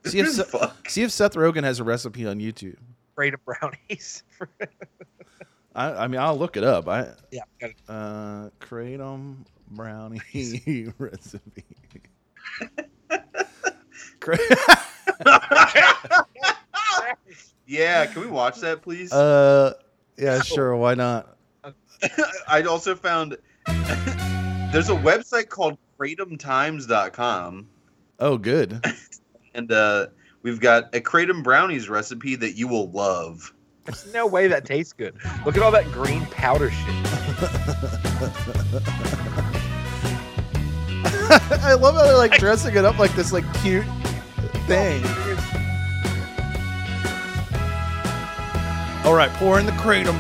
See if, Seth-
Fuck.
see if Seth Rogen has a recipe on YouTube.
Afraid of brownies.
I, I mean, I'll look it up. I
yeah. gotta-
uh, kratom brownie recipe. Kra-
Yeah, can we watch that, please?
uh, yeah, sure. Why not?
I also found there's a website called kratomtimes.com,
Oh, good.
and uh, we've got a kratom brownies recipe that you will love.
There's no way that tastes good. Look at all that green powder shit.
I love how they're like dressing it up like this, like cute thing. All right, pour in the kratom.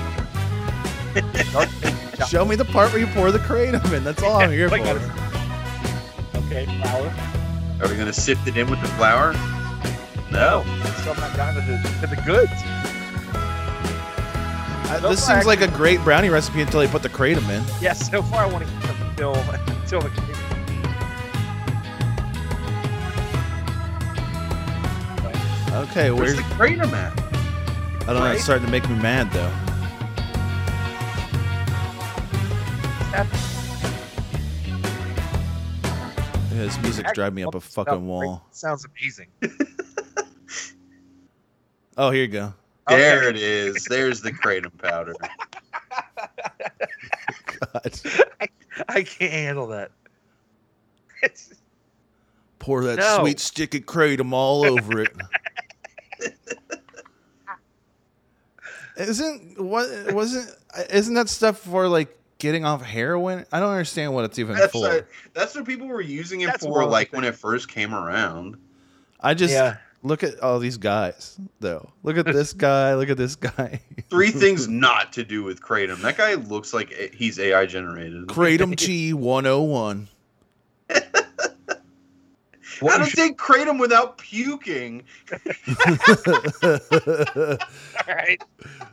Show me the part where you pour the kratom in. That's all I'm here for.
Like, Okay, flour.
Are we gonna sift it in with the flour? No.
So I'm not down to the, to the goods.
I- this seems like a great brownie recipe until they put the kratom in.
Yeah, so far I want to eat them until, until the
Okay, where's
Where's the kratom at?
I don't know. It's starting to make me mad though. This music's driving me up a fucking wall.
Sounds amazing.
Oh, here you go.
There it is. There's the kratom powder.
God,
I can't handle that. It's,
pour that
No.
sweet stick of kratom all over it. isn't what wasn't isn't that stuff for like getting off heroin? I don't understand what it's even
That's
for.
what, that's what people were using it
That's
for,
one
like
thing.
when it first came around.
I just
yeah.
look at all these guys though. Look at this guy. Look at this guy.
Three things not to do with kratom. That guy looks like a- he's AI generated.
Kratom oh Chi 101.
How
What
to
you should,
take kratom without puking?
all right.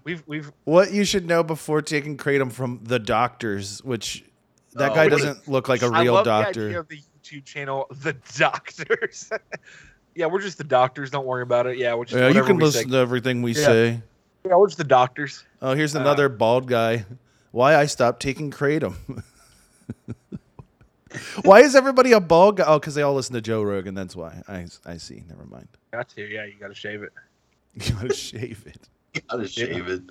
We've we've
what you should know before taking kratom from the doctors, which that
Oh,
guy
wait.
doesn't look like a real
I love
doctor.
The idea of the YouTube channel, the doctors. yeah, we're just the doctors. Don't worry about it. Yeah, which
yeah, you can listen to everything we
Yeah.
say.
Yeah, we're just the doctors.
Oh, here's another bald guy. Why I stopped taking kratom. why is everybody a bald guy? Oh, because they all listen to Joe Rogan. That's why. I I see. Never mind.
Got to. Yeah, you got to shave it.
You gotta shave it.
Gotta shave it.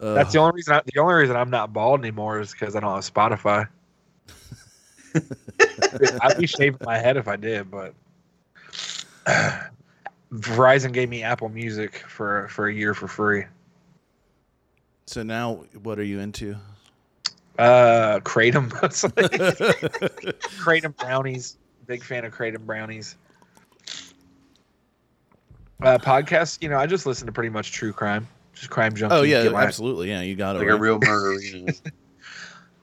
Uh,
That's the only reason. I, the only reason I'm not bald anymore is because I don't have Spotify. I'd be shaving my head if I did, but Verizon gave me Apple Music for for a year for free.
so now, what are you into?
Uh, kratom, mostly. kratom brownies. Big fan of kratom brownies. Uh, podcasts. You know, I just listen to pretty much true crime, just crime junkie.
oh yeah,
get my-
absolutely. Yeah, you got it.
Like a real murderino.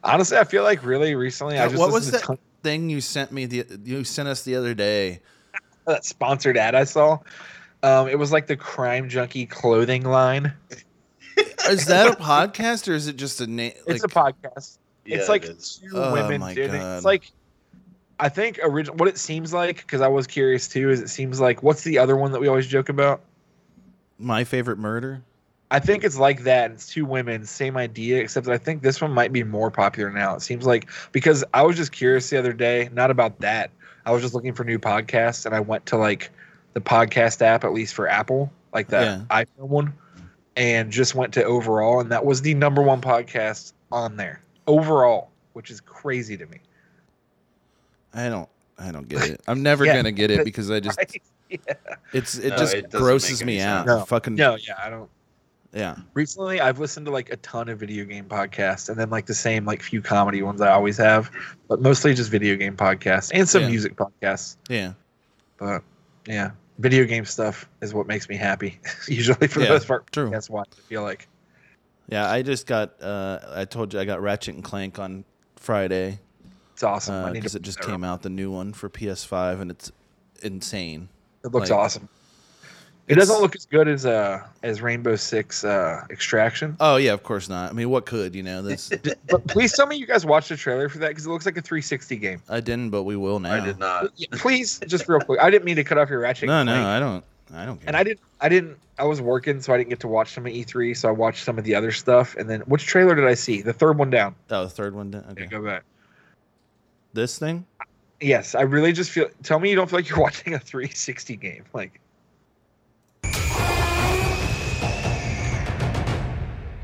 Honestly, I feel like really recently I just
what was
listened
that
to ton-
thing you sent me? The you sent us the other day.
that sponsored ad I saw. Um, it was like the crime junkie clothing line.
Is that a podcast or is it just a name?
it's a podcast.
Yeah,
it's
it
like
is.
two
Oh
women
my
did it.
God.
It's like I think original what it seems like because I was curious too. Is it seems like what's the other one that we always joke about?
My favorite murder.
I think it's like that. It's two women, same idea, except that I think this one might be more popular now. It seems like because I was just curious the other day, not about that. I was just looking for new podcasts, and I went to like the podcast app, at least for Apple, like the iPhone one, and just went to overall, and that was the number one podcast on there overall, which is crazy to me.
I don't. I don't get it. I'm never
Yeah.
gonna get it because I just it's it
No,
just
it doesn't
grosses
make
me
any
out.
sense.
No.
Fucking
No, yeah, I don't.
yeah.
recently i've listened to like a ton of video game podcasts and then like the same like few comedy ones i always have but mostly just video game podcasts and some
Yeah.
music podcasts
Yeah.
but yeah video game stuff is what makes me happy usually for the
Yeah,
most part
true.
that's why i feel like
Yeah, I just got. Uh, I told you I got Ratchet and Clank on Friday
it's awesome I need
because
to
Uh, it just
pick that
came out the new one for PS5 and it's insane.
up. it looks
like-
awesome it
It's-
doesn't look as good as uh as rainbow six uh extraction
Oh yeah, of course not. I mean, what could you know? This
but please tell me you guys watched the trailer for that because it looks like a 360 game
I didn't, but we will now.
I did not.
Yeah, please just real quick i didn't mean to cut off your ratchet
Uh,
and
No, no,
Clank.
I don't. I don't. Care.
And I didn't, I didn't, I was working, so I didn't get to watch some of E3. So I watched some of the other stuff. And then, which trailer did I see? The third one down.
Oh, the third one. did- Okay.
Go back.
This thing.
Yes, I really just feel. Tell me you don't feel like you're watching a 360 game. Like,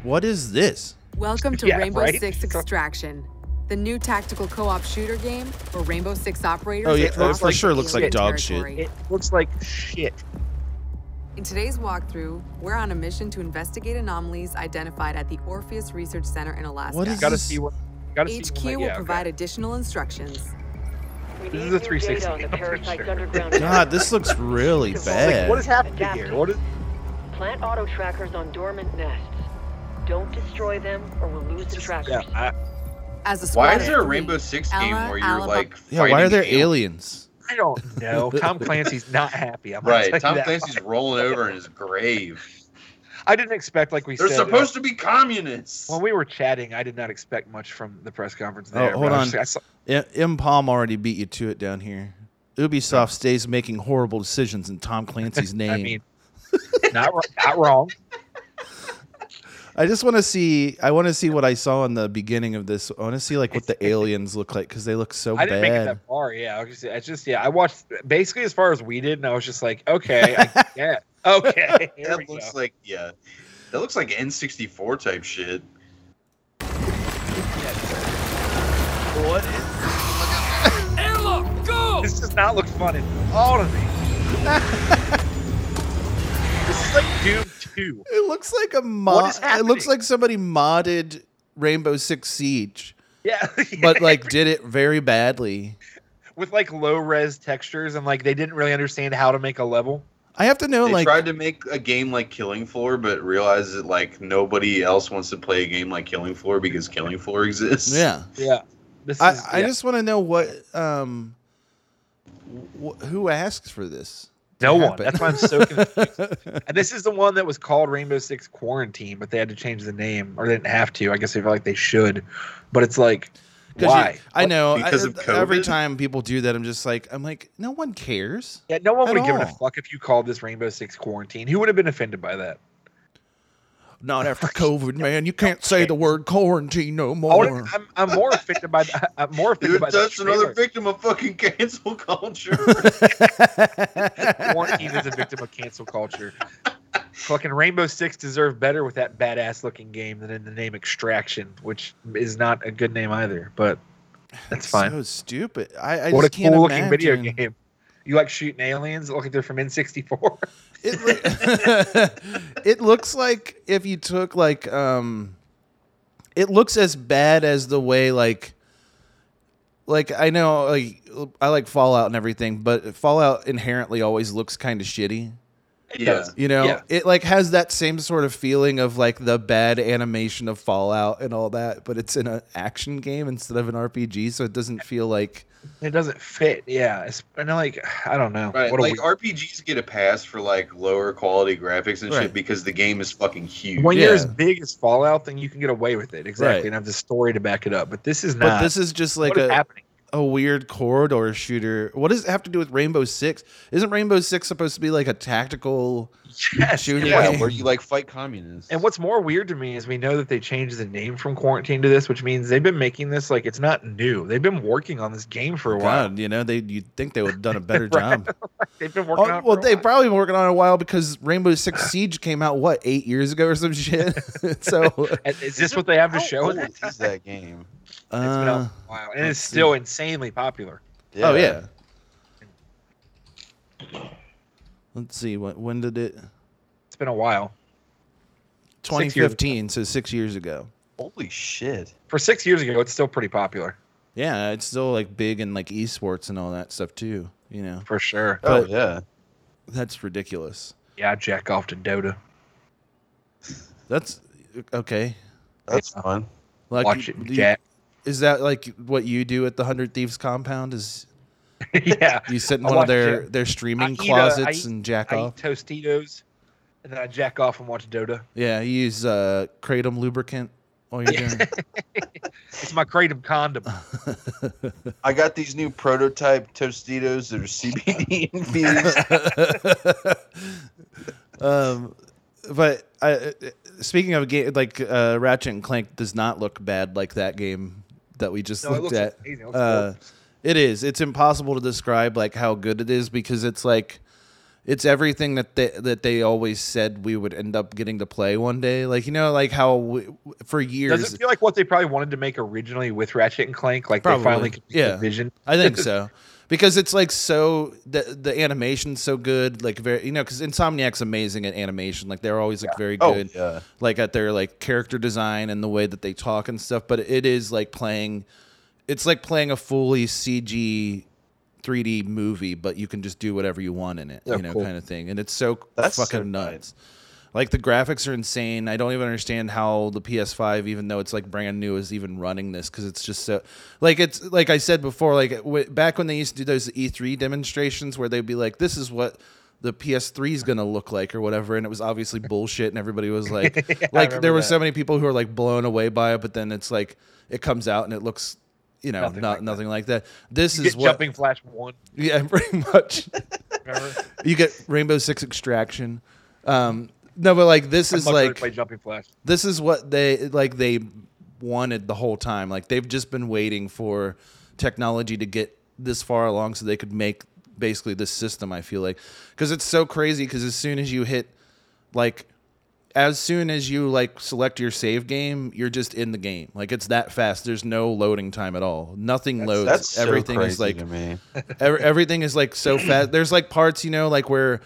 What is this?
Welcome to
Yeah,
Rainbow
right?
Six Extraction, the new tactical co-op shooter game where Rainbow Six operators.
Oh, yeah,
are
that
lost
for
in
sure looks
alien
like dog shit.
territory.
it looks like shit.
In today's walkthrough, we're on a mission to investigate anomalies identified at the Orpheus Research Center in Alaska.
What is
Gotta
this?
see what. Gotta see
HQ
what-
will
yeah,
provide
okay.
additional instructions.
We
This
need
is a
new
360.
data on the
I'm pretty
parasite's
sure.
underground
God, this looks really
It's
Like,
bad.
what is happening
Adapting.
here? What is?
Plant auto trackers on dormant nests. Don't destroy them or we'll lose the trackers.
Yeah, I,
As a squad
Why is there a
of three,
Rainbow Six game
Ella,
where you're
Alabama-
like
yeah, why
fighting
are there
aliens?
aliens?
I don't know. Tom Clancy's not happy. I'm gonna tell
Right,
you
Tom
that.
Clancy's rolling over in his grave.
I didn't expect like we
They're
said. uh,
supposed to be communists.
when we were chatting, I did not expect much from the press conference. There,
hold
but I
on.
was just- I saw-
I- M. Palm already beat you to it down here. Ubisoft stays making horrible decisions in Tom Clancy's name.
I mean, not not wrong.
I just want to see. I want to see what I saw in the beginning of this. I want to see like what the aliens look like because they look so
I didn't make it
bad.
that far. Yeah, I was just, I just yeah, I watched basically as far as we did, and I was just like, okay, I get, okay. here we
that looks like yeah, that looks like N64 type shit.
What is Airlock, go! This does not look fun at all to me. this is like Doom 2.
It looks like a mod.
is
It looks
happening?
like somebody modded Rainbow Six Siege,
Yeah.
but like did it very badly.
with like low res textures and like they didn't really understand how to make a level.
I have to know
They
like
tried to make a game like Killing Floor, but realized that like nobody else wants to play a game like Killing Floor because Killing Floor exists.
yeah.
Yeah. This
I,
is
I
yeah.
just want to know what um wh- who asks for this. to
no one.
happen.
That's why I'm so confused. and this is the one that was called Rainbow Six Quarantine, but they had to change the name, or they didn't have to. I guess they felt like they should, but it's like,
'Cause you-
why?
I know I-
Because of
every
COVID?
time people do that, I'm just like I'm like no one cares.
Yeah, no one
At
would have given a
all.
fuck if you called this Rainbow Six Quarantine. Who would have been offended by that?
Not after COVID, man. You can't say the word quarantine no
I
more.
would've- I'm, I'm more offended by that. I'm more offended
Dude,
by that.
that's another
trailer.
victim of fucking cancel culture.
Quarantine is a victim of cancel culture. Fucking Rainbow Six deserved better with that badass looking game than in the name Extraction, which is not a good name either. But that's fine.
So stupid. I, I
what a
just can't
cool looking video
imagine.
game. You like shooting aliens? Look like they're from N64.
It, loo- it looks like if you took like um it looks as bad as the way like like I know like I like Fallout and everything, but Fallout inherently always looks kind of shitty.
yeah.
You know,
Yeah.
it like has that same sort of feeling of like the bad animation of Fallout and all that, but it's in an action game instead of an RPG, so it doesn't feel like
It doesn't fit. Yeah. It's, and like, I don't know.
Right,
What a
like
weird-
RPGs get a pass for like lower quality graphics and
Right.
shit because the game is fucking huge.
when you're as
Yeah.
big as Fallout, then you can get away with it exactly,
Right.
and have the story to back it up. But this is
but
not.
this is just
what
like
is
a
happening.
a weird corridor shooter. What does it have to do with Rainbow Six? Isn't Rainbow Six supposed to be like a tactical?
Yes,
shooting
and what's-
game.
yeah, where you like fight communists.
And what's more weird to me is we know that they changed the name from Quarantine to this, which means they've been making this like it's not new. They've been working on this game for a while.
Oh, God, you know they you'd think they would have done a better
Right.
job.
They've been working on
Oh,
it
well,
for a
they've
while.
probably been working on it a while because Rainbow Six Siege came out what eight years ago or some shit. so
And Is this what they have to
How
show?
old
It's
is that game?
been out
uh,
for a while, and it's
let's see.
still insanely popular.
oh yeah. Let's see what when did it?
It's been a while. Six years ago.
2015, so six years ago.
Holy shit.
For six years ago, it's still pretty popular
Yeah, it's still like big in like esports and all that stuff too. You know,
for sure.
Oh
But-
yeah.
that's ridiculous.
Yeah, I jack off to Dota.
That's okay.
That's fun.
Like,
Watch it,
do you-
Jack.
Is that like what you do at the Hundred Thieves compound? Is
yeah,
you sit in
I
one of
watch
their
it.
their streaming
I eat a- I
closets
eat-
and jack
I eat
off?
Tostitos, and then I jack off and watch Dota.
Yeah, you use uh, kratom lubricant while you're doing. it.
It's my kratom condom.
I got these new prototype Tostitos that are CBD infused.
um, but I, uh, speaking of game, like uh, Ratchet and Clank does not look bad like that game that we just
No, it
looked
looks
at.
amazing. It looks
Uh, it is. It's impossible to describe like how good it is because it's like it's everything that they that they always said we would end up getting to play one day. Like you know, like how we, for
Does
years.
it feel like what they probably wanted to make originally with Ratchet and Clank? Like
Probably,
they finally could
yeah.
the vision.
I think so. Because it's like so the the animation's so good, like very you know, because Insomniac's amazing at animation. Like they're always like very
Oh,
good,
yeah.
like at their like character design and the way that they talk and stuff. But it is like playing, it's like playing a fully CG, 3D movie, but you can just do whatever you want in it,
Yeah,
you know,
cool.
kind of thing. And it's so
That's so
fucking
tight.
nuts. Like the graphics are insane. I don't even understand how the PS5, even though it's like brand new, is even running this because it's just so. Like it's like I said before, like w- back when they used to do those E3 demonstrations where they'd be like, "This is what the PS3 is gonna look like" or whatever, and it was obviously bullshit, and everybody was like, like there
remember
were
that.
so many people who are like blown away by it, but then it's like it comes out and it looks, you know,
Nothing
not
like that.
nothing like that. This
You
is
get
what,
Jumping Flash One.
yeah, pretty much.
Remember?
You get Rainbow Six Extraction. Um, No, but like this
I'd
is
much rather
like
play Jumping Flash.
This is what they like they wanted the whole time. Like they've just been waiting for technology to get this far along so they could make basically this system, I feel like. Cuz it's so crazy cuz as soon as you hit like as soon as you like select your save game, you're just in the game. Like it's that fast. There's no loading time at all. Nothing loads.
that's so
everything is
crazy
like
to me.
ev- everything is like so fast. There's like parts, you know, like where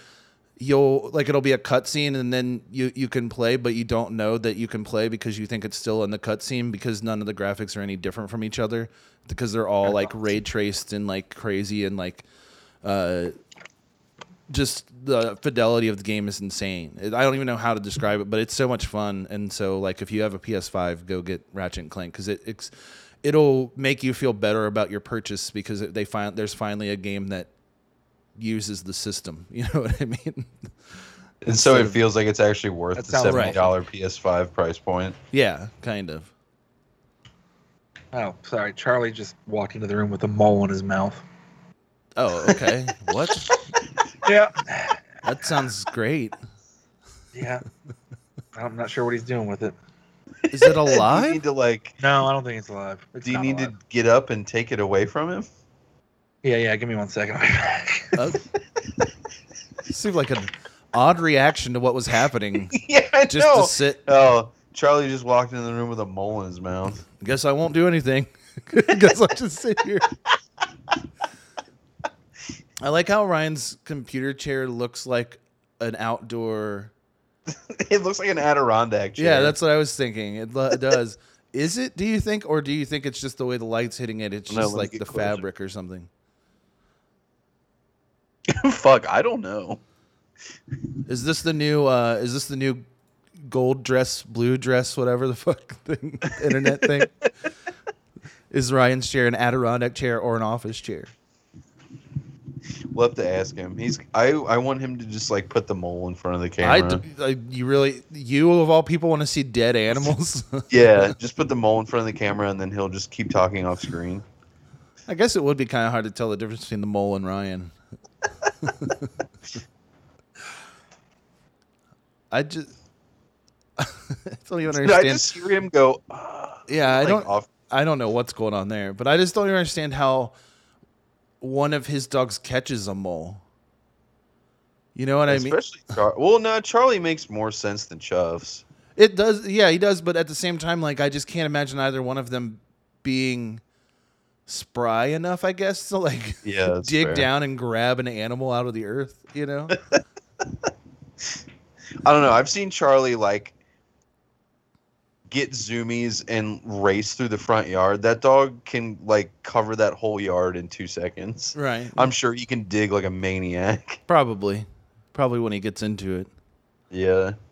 you'll like it'll be a cutscene and then you you can play, but you don't know that you can play because you think it's still in the cutscene because none of the graphics are any different from each other because they're all like ray traced and like crazy and like uh just the fidelity of the game is insane. It- I don't even know how to describe it, but it's so much fun. And so, like, if you have a PS5, go get Ratchet and Clank because it, it's it'll make you feel better about your purchase because it, they find there's finally a game that uses the system. You know what I mean?
And so
Instead
it
of-
feels like it's actually worth
That
the
sounds
seventy
right.
dollar PS5 price point.
yeah, kind of.
Oh, sorry. Charlie just walked into the room with a mole in his mouth.
Oh, okay. what?
Yeah.
That sounds great.
Yeah. I'm not sure what he's doing with it.
Is it
Do you
alive?
need to like?
No, I don't think it's alive. It's
Do you
not
need
alive.
to get up and take it away from him?
Yeah, yeah. Give me one second. I'll be back.
Oh. Seemed like an odd reaction to what was happening.
yeah, I
Just to sit
Oh, Charlie just walked into the room with a mole in his mouth.
Guess I won't do anything. Guess I'll just sit here. I like how Ryan's computer chair looks like an outdoor.
it looks like an Adirondack chair.
Yeah, that's what I was thinking. It, lo- it does. Is it? Do you think, or do you think it's just the way the light's hitting it? It's
No,
just
let me
like
get
the
closer.
fabric or something.
fuck. I don't know.
Is this the new? uh Is this the new gold dress, blue dress, whatever the fuck thing, internet thing? Is Ryan's chair an Adirondack chair or an office chair?
We'll have to ask him. He's. I. I want him to just like put the mole in front of the
I,
camera.
d- I- you really you of all people want to see dead animals?
yeah, just put the mole in front of the camera, and then he'll just keep talking off screen.
I guess it would be kind of hard to tell the difference between the mole and Ryan. I just I don't even
Did I
understand.
just hear him go. "Ah,"
yeah, I
like,
don't
off-
I don't know what's going on there, but I just don't even understand how one of his dogs catches a mole. You know what I mean?
especially Char- well, no, Charlie makes more sense than Chuffs.
It does, yeah, he does. But at the same time, like I just can't imagine either one of them being spry enough. I guess to like
Yeah, that's
dig
fair.
down and grab an animal out of the earth. You know?
I don't know. I've seen Charlie like get zoomies and race through the front yard. That dog can like cover that whole yard in two seconds.
right?
I'm sure he can dig like a maniac.
Probably, probably when he gets into it.
Yeah.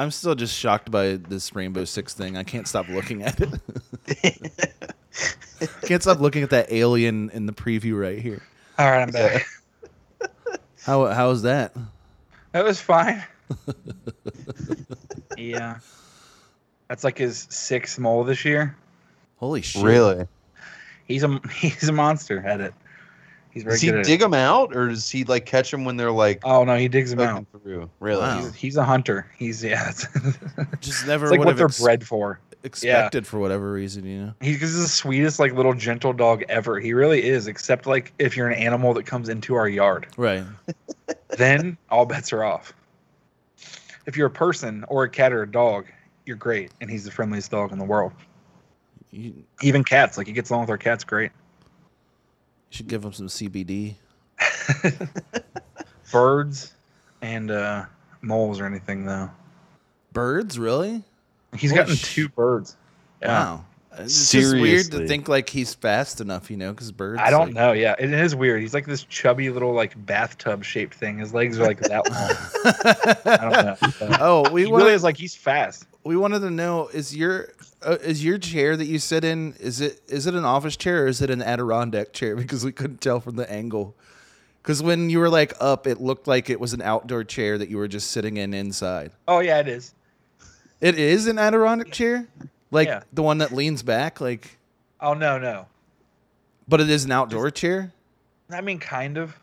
I'm still just shocked by this Rainbow Six thing. I can't stop looking at it. can't stop looking at that alien in the preview right here.
All right, I'm back.
Yeah.
How how is that?
That was fine. yeah. That's like his sixth mole this year.
Holy shit!
Really?
He's a he's a monster at it. He's very
Does he
good at
dig
it.
them out, or does he like catch them when they're like
Oh no, he digs them out.
poking through? Really?
Wow.
He's, he's a hunter. He's yeah. It's, it's
Just never
like
would
what
have
they're
ex-
bred for.
expected for whatever reason. You know?
He's he's the sweetest like little gentle dog ever. He really is. Except like if you're an animal that comes into our yard,
Right?
then all bets are off. If you're a person or a cat or a dog, you're great, and he's the friendliest dog in the world.
You
Even cats, like he gets along with our cats great.
should give him some CBD.
birds and uh, moles or anything though.
Birds, really?
He's
Holy
gotten
sh-
two birds. Yeah.
Wow. It's just weird to
Seriously.
think like he's fast enough, you know, because birds.
I don't
like-
know. Yeah, it is weird. He's like this chubby little like bathtub shaped thing. His legs are like that long. I don't know. But
oh, we
he
wanted
really is like he's fast.
we wanted to know is your uh, is your chair that you sit in is it is it an office chair or is it an Adirondack chair because we couldn't tell from the angle. Because when you were like up, it looked like it was an outdoor chair that you were just sitting in inside.
Oh yeah, it is.
It is an Adirondack chair, like
Yeah.
the one that leans back, like.
Oh no, no.
But it is an outdoor chair.
I mean, kind of.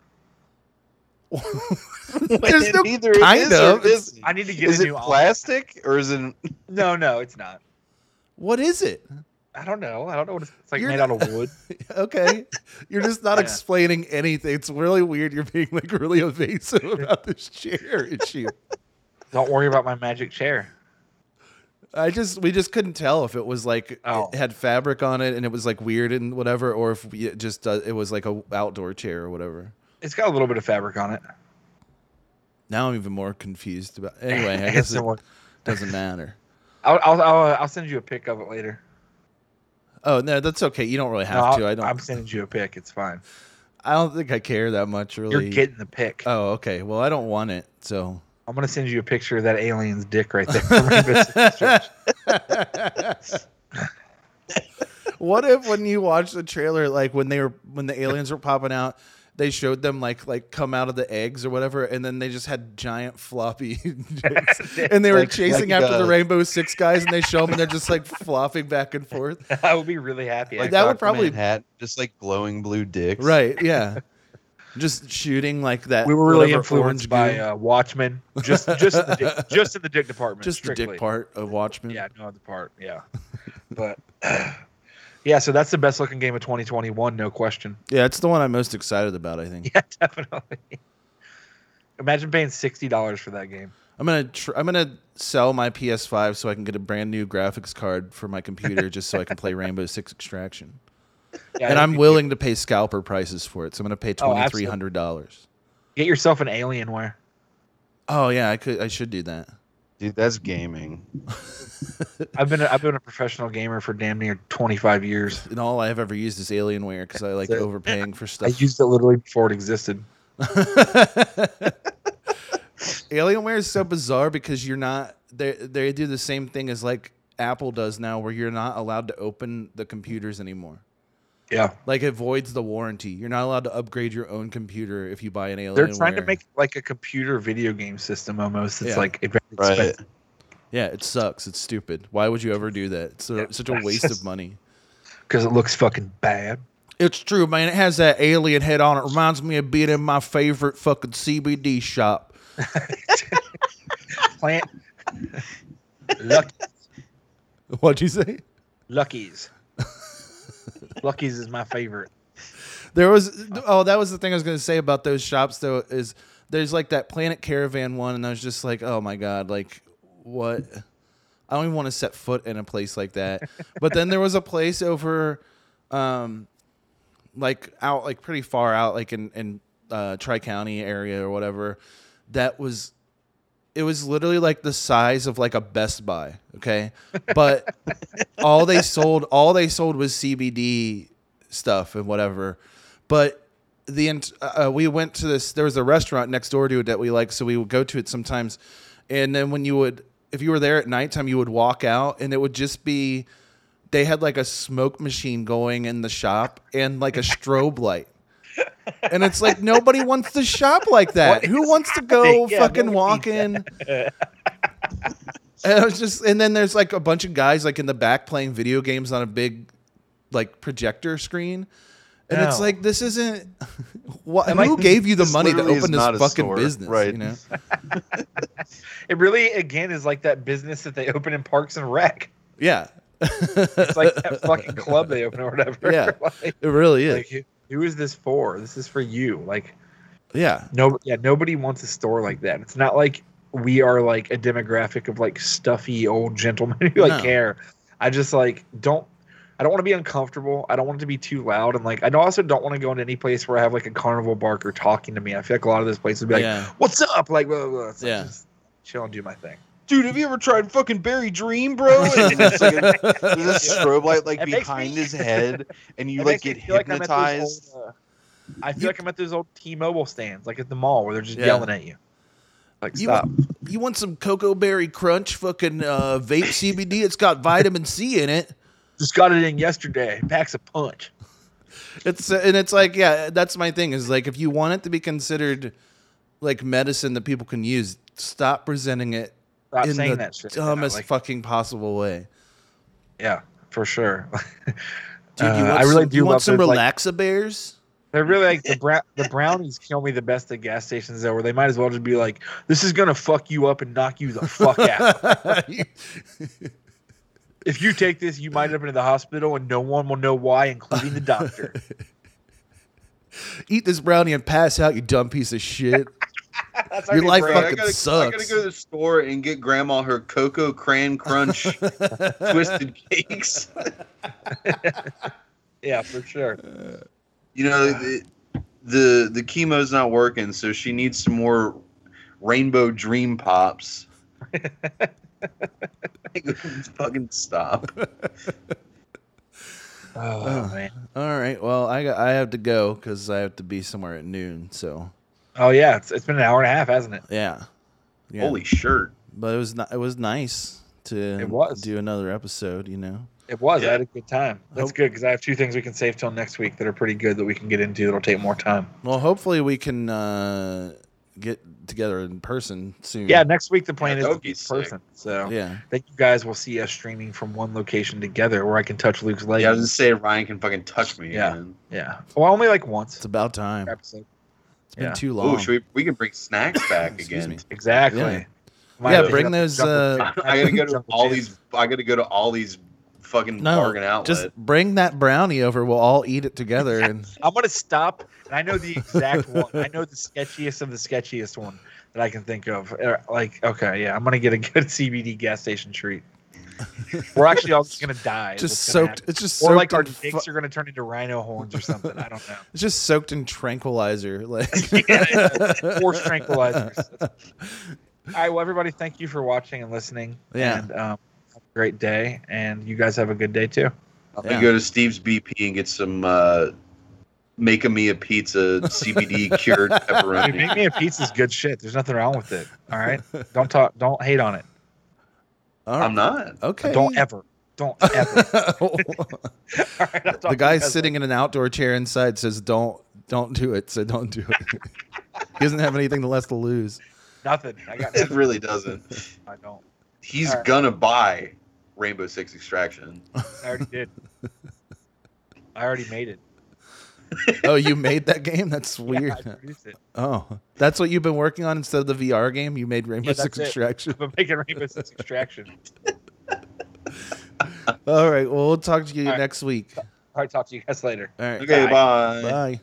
There's no
either
kind of. It's-
Is,
I need to get
is
a
it
new olive.
plastic or is it?
No, no, it's not.
What is it?
I don't know. I don't know what it's, it's like
You're
made
not-
out of wood.
Okay. You're just not
Yeah.
explaining anything. It's really weird. You're being like really evasive about this chair issue.
Don't worry about my magic chair.
I just we just couldn't tell if it was like
Oh.
it had fabric on it and it was like weird and whatever, or if we- it just uh, it was like a outdoor chair or whatever.
It's got a little bit of fabric on it.
Now I'm even more confused about. Anyway, I guess
It's
it
more-
doesn't matter.
I'll, I'll, I'll, uh, I'll send you a pic of it later.
Oh no, that's okay. You don't really
No,
have
I'll-
to. I don't.
I'm
I'm,
sending you a pic. It's fine.
I do not think I care that much really.
You're getting the pic.
oh okay. Well, I don't want it. So
I'm gonna send you a picture of that alien's dick right there. from Rainbow Six Siege.
What if when you watch the trailer, like when they were when the aliens were popping out, they showed them like like come out of the eggs or whatever, and then they just had giant floppy, dicks. and they were
Like-
chasing
like uh,
after the
the-
Rainbow Six guys, and they show them, and they're just like flopping back and forth.
I would be really happy.
Like
actually.
that would probably
hat, just like glowing blue dicks.
right, yeah. Just shooting like that.
we were really
whatever
influenced
orange
by
goo.
uh, Watchmen. Just just in the dick, just in the dick department.
just the
strictly.
dick part of Watchmen.
Yeah, no other part. Yeah, but yeah. So that's the best looking game of 2021, no question.
yeah, it's the one I'm most excited about. I think
Yeah, definitely. Imagine paying sixty dollars for that game.
I'm gonna tr- I'm gonna sell my PS5 so I can get a brand new graphics card for my computer, just so I can play Rainbow Six Extraction.
Yeah,
and
if
I'm
you
willing to pay scalper prices for it. So I'm going to pay
Oh,
twenty
absolutely.
three hundred dollars.
Get yourself an Alienware.
Oh yeah, I could. I should do that.
Dude, that's gaming.
I've been a, I've been a professional gamer for damn near 25 years.
And all I have ever used is Alienware because I like
So-
overpaying for
I
stuff.
used it literally before it existed.
Alienware is so bizarre because you're not. They they do the same thing as like Apple does now, where you're not allowed to open the computers anymore.
Yeah,
Like it voids the warranty. You're not allowed to upgrade your own computer if you buy an Alienware.
they're trying to make like a computer video game system almost. It's
Yeah.
like a very
Right.
expensive.
Yeah, it sucks. It's stupid. Why would you ever do that? It's a, such a waste of money.
because it looks fucking bad.
It's true, man. It has that alien head on it. Reminds me of being in my favorite fucking CBD shop.
Plant Luck-
What'd you say?
Luckies. Luckies is my favorite.
There was oh, that was the thing I was gonna say about those shops though is there's like that Planet Caravan one, and I was just like, oh my god, like what? I don't even want to set foot in a place like that. but then there was a place over, um, like out like pretty far out, like in in uh, Tri County area or whatever, that was. It was literally like the size of like a Best Buy, okay? But all they sold all they sold was CBD stuff and whatever. But the ent- uh, uh, we went to this. There was a restaurant next door to it that we liked, so we would go to it sometimes. And then when you would, if you were there at nighttime, you would walk out, and it would just be they had like a smoke machine going in the shop and like a strobe light. And it's like nobody wants to shop like that. Who wants to go
happening? Yeah,
fucking
nobody
walk in? And I was just, and then there's like a bunch of guys like in the back playing video games on a big like projector screen. And it's
No.
like this isn't what
And, like,
who gave you the
this
money to
literally is
open this
not a
fucking
store,
business?
right.
You know?
It really again is like that business that they open in Parks and Rec.
Yeah.
It's like that fucking club they open or whatever.
Yeah.
like,
It really is.
like, who- who is this for? This is for you. Like
yeah.
no, yeah, nobody wants a store like that. It's not like we are like a demographic of like stuffy old gentlemen who like
No.
care. I just like don't. I don't want to be uncomfortable. I don't want it to be too loud, and like I also don't want to go into any place where I have like a carnival barker talking to me. I feel like a lot of those places would be like,
Yeah.
"What's up?" Like, blah, blah, blah. It's like,
Yeah.
just chill and do my thing.
Dude, have you ever tried fucking Barry Dream, bro? And there's, like a, there's a strobe light like
That makes
behind
me-
his head, and you
It
like
makes me
get
feel like I'm at those
hypnotized.
old, uh, I feel like I'm at those old T-Mobile stands, like at the mall, where they're just
Yeah.
yelling at you. Like,
You
stop.
want, you want some cocoa berry crunch fucking uh, vape CBD? It's got vitamin C in it.
Just got it in yesterday. Packs a punch.
It's and it's like yeah, that's my thing is like if you want it to be considered like medicine that people can use, stop presenting it
Stop
in the
saying that shit. you know,
dumbest
like-
fucking possible way.
Yeah, for sure.
Dude, you
Uh,
want
I really
some,
do
you want
love
some
those, like-
relaxa bears?
They're really like the brown the brownies kill me the best at gas stations though, where they might as well just be like, "This is gonna fuck you up and knock you the fuck out." if you take this, you might end up into the hospital, and no one will know why, including the doctor.
Eat this brownie and pass out, you dumb piece of shit.
That's
Your
already
life
broke.
Bro,
fucking
I gotta, I gotta
sucks.
go to the store and get grandma her cocoa cran crunch twisted cakes.
yeah, for sure.
You know, the, the the chemo's not working, so she needs some more rainbow dream pops. fucking stop.
Oh, man.
All right. Well, I got, I have to go because I have to be somewhere at noon. So
Oh yeah, it's, it's been an hour and a half, hasn't it?
yeah. Yeah.
Holy shirt.
But it was ni- it was nice to
It was.
do another episode. You know.
It was. I
Yeah.
had a good time. That's
Hope-
good because I have two things we can save till next week that are pretty good that we can get into. That'll take more time.
Well, hopefully we can uh, get together in person soon.
Yeah, next week the plan
Yeah,
is
that
to
would
be
be
in
sick.
person. So
Hmm. Yeah.
I think you guys will see us streaming from one location together where I can touch Luke's leg.
Yeah, I was gonna say Ryan can fucking touch me.
Yeah.
Man.
Yeah. Well, only like once.
It's about time.
per episode.
It's been
yeah.
too long.
Oh, should we? We can bring snacks back
Excuse
again.
me.
Exactly.
Yeah.
Might
Yeah,
have to
bring
hit up
those,
Jungle Gym.
uh,
I gotta go to
Jungle
all
Gym.
these. I gotta go to all these fucking bargain
no,
outlets.
just bring that brownie over. We'll all eat it together. And
I'm gonna stop, and I know the exact one. I know the sketchiest of the sketchiest one that I can think of. Uh, Like, okay, yeah, I'm gonna get a good CBD gas station treat. We're actually all just gonna die. is
just
what's gonna
soaked.
happen.
It's just
Or
soaked
like our
in fu-
dicks are gonna turn into rhino horns or something. I don't know.
it's just soaked in tranquilizer. Like
Force tranquilizers. All right, well, everybody, thank you for watching and listening.
Yeah.
And um, have a great day, and you guys have a good day too.
I'm
Yeah.
gonna go to Steve's BP and get some uh, make a me a pizza CBD cured
Dude,
pepperoni.
make me a pizza's good shit. There's nothing wrong with it. All right, don't talk. Don't hate on it.
All right.
I'm not.
Okay.
Don't ever. Don't ever. All right, I'll talk to
the
you
guy
guys
sitting in an outdoor chair inside says, "Don't, don't do it." So don't do it. he doesn't have anything less to lose.
later. nothing. I got
It
nothing.
really doesn't.
I don't.
He's
All right.
gonna buy Rainbow Six Extraction.
I already did. I already made it.
Oh, you made that game? That's
Yeah,
weird.
I produced it.
oh, that's what you've been working on instead of the VR game. You made Rainbow
Yeah,
Six
that's it.
Extraction.
I've been making Rainbow Six Extraction.
All right. Well, we'll talk to you
All right.
next week. All
All right, talk to you guys later.
right.
Okay,
Bye.
bye.
Bye.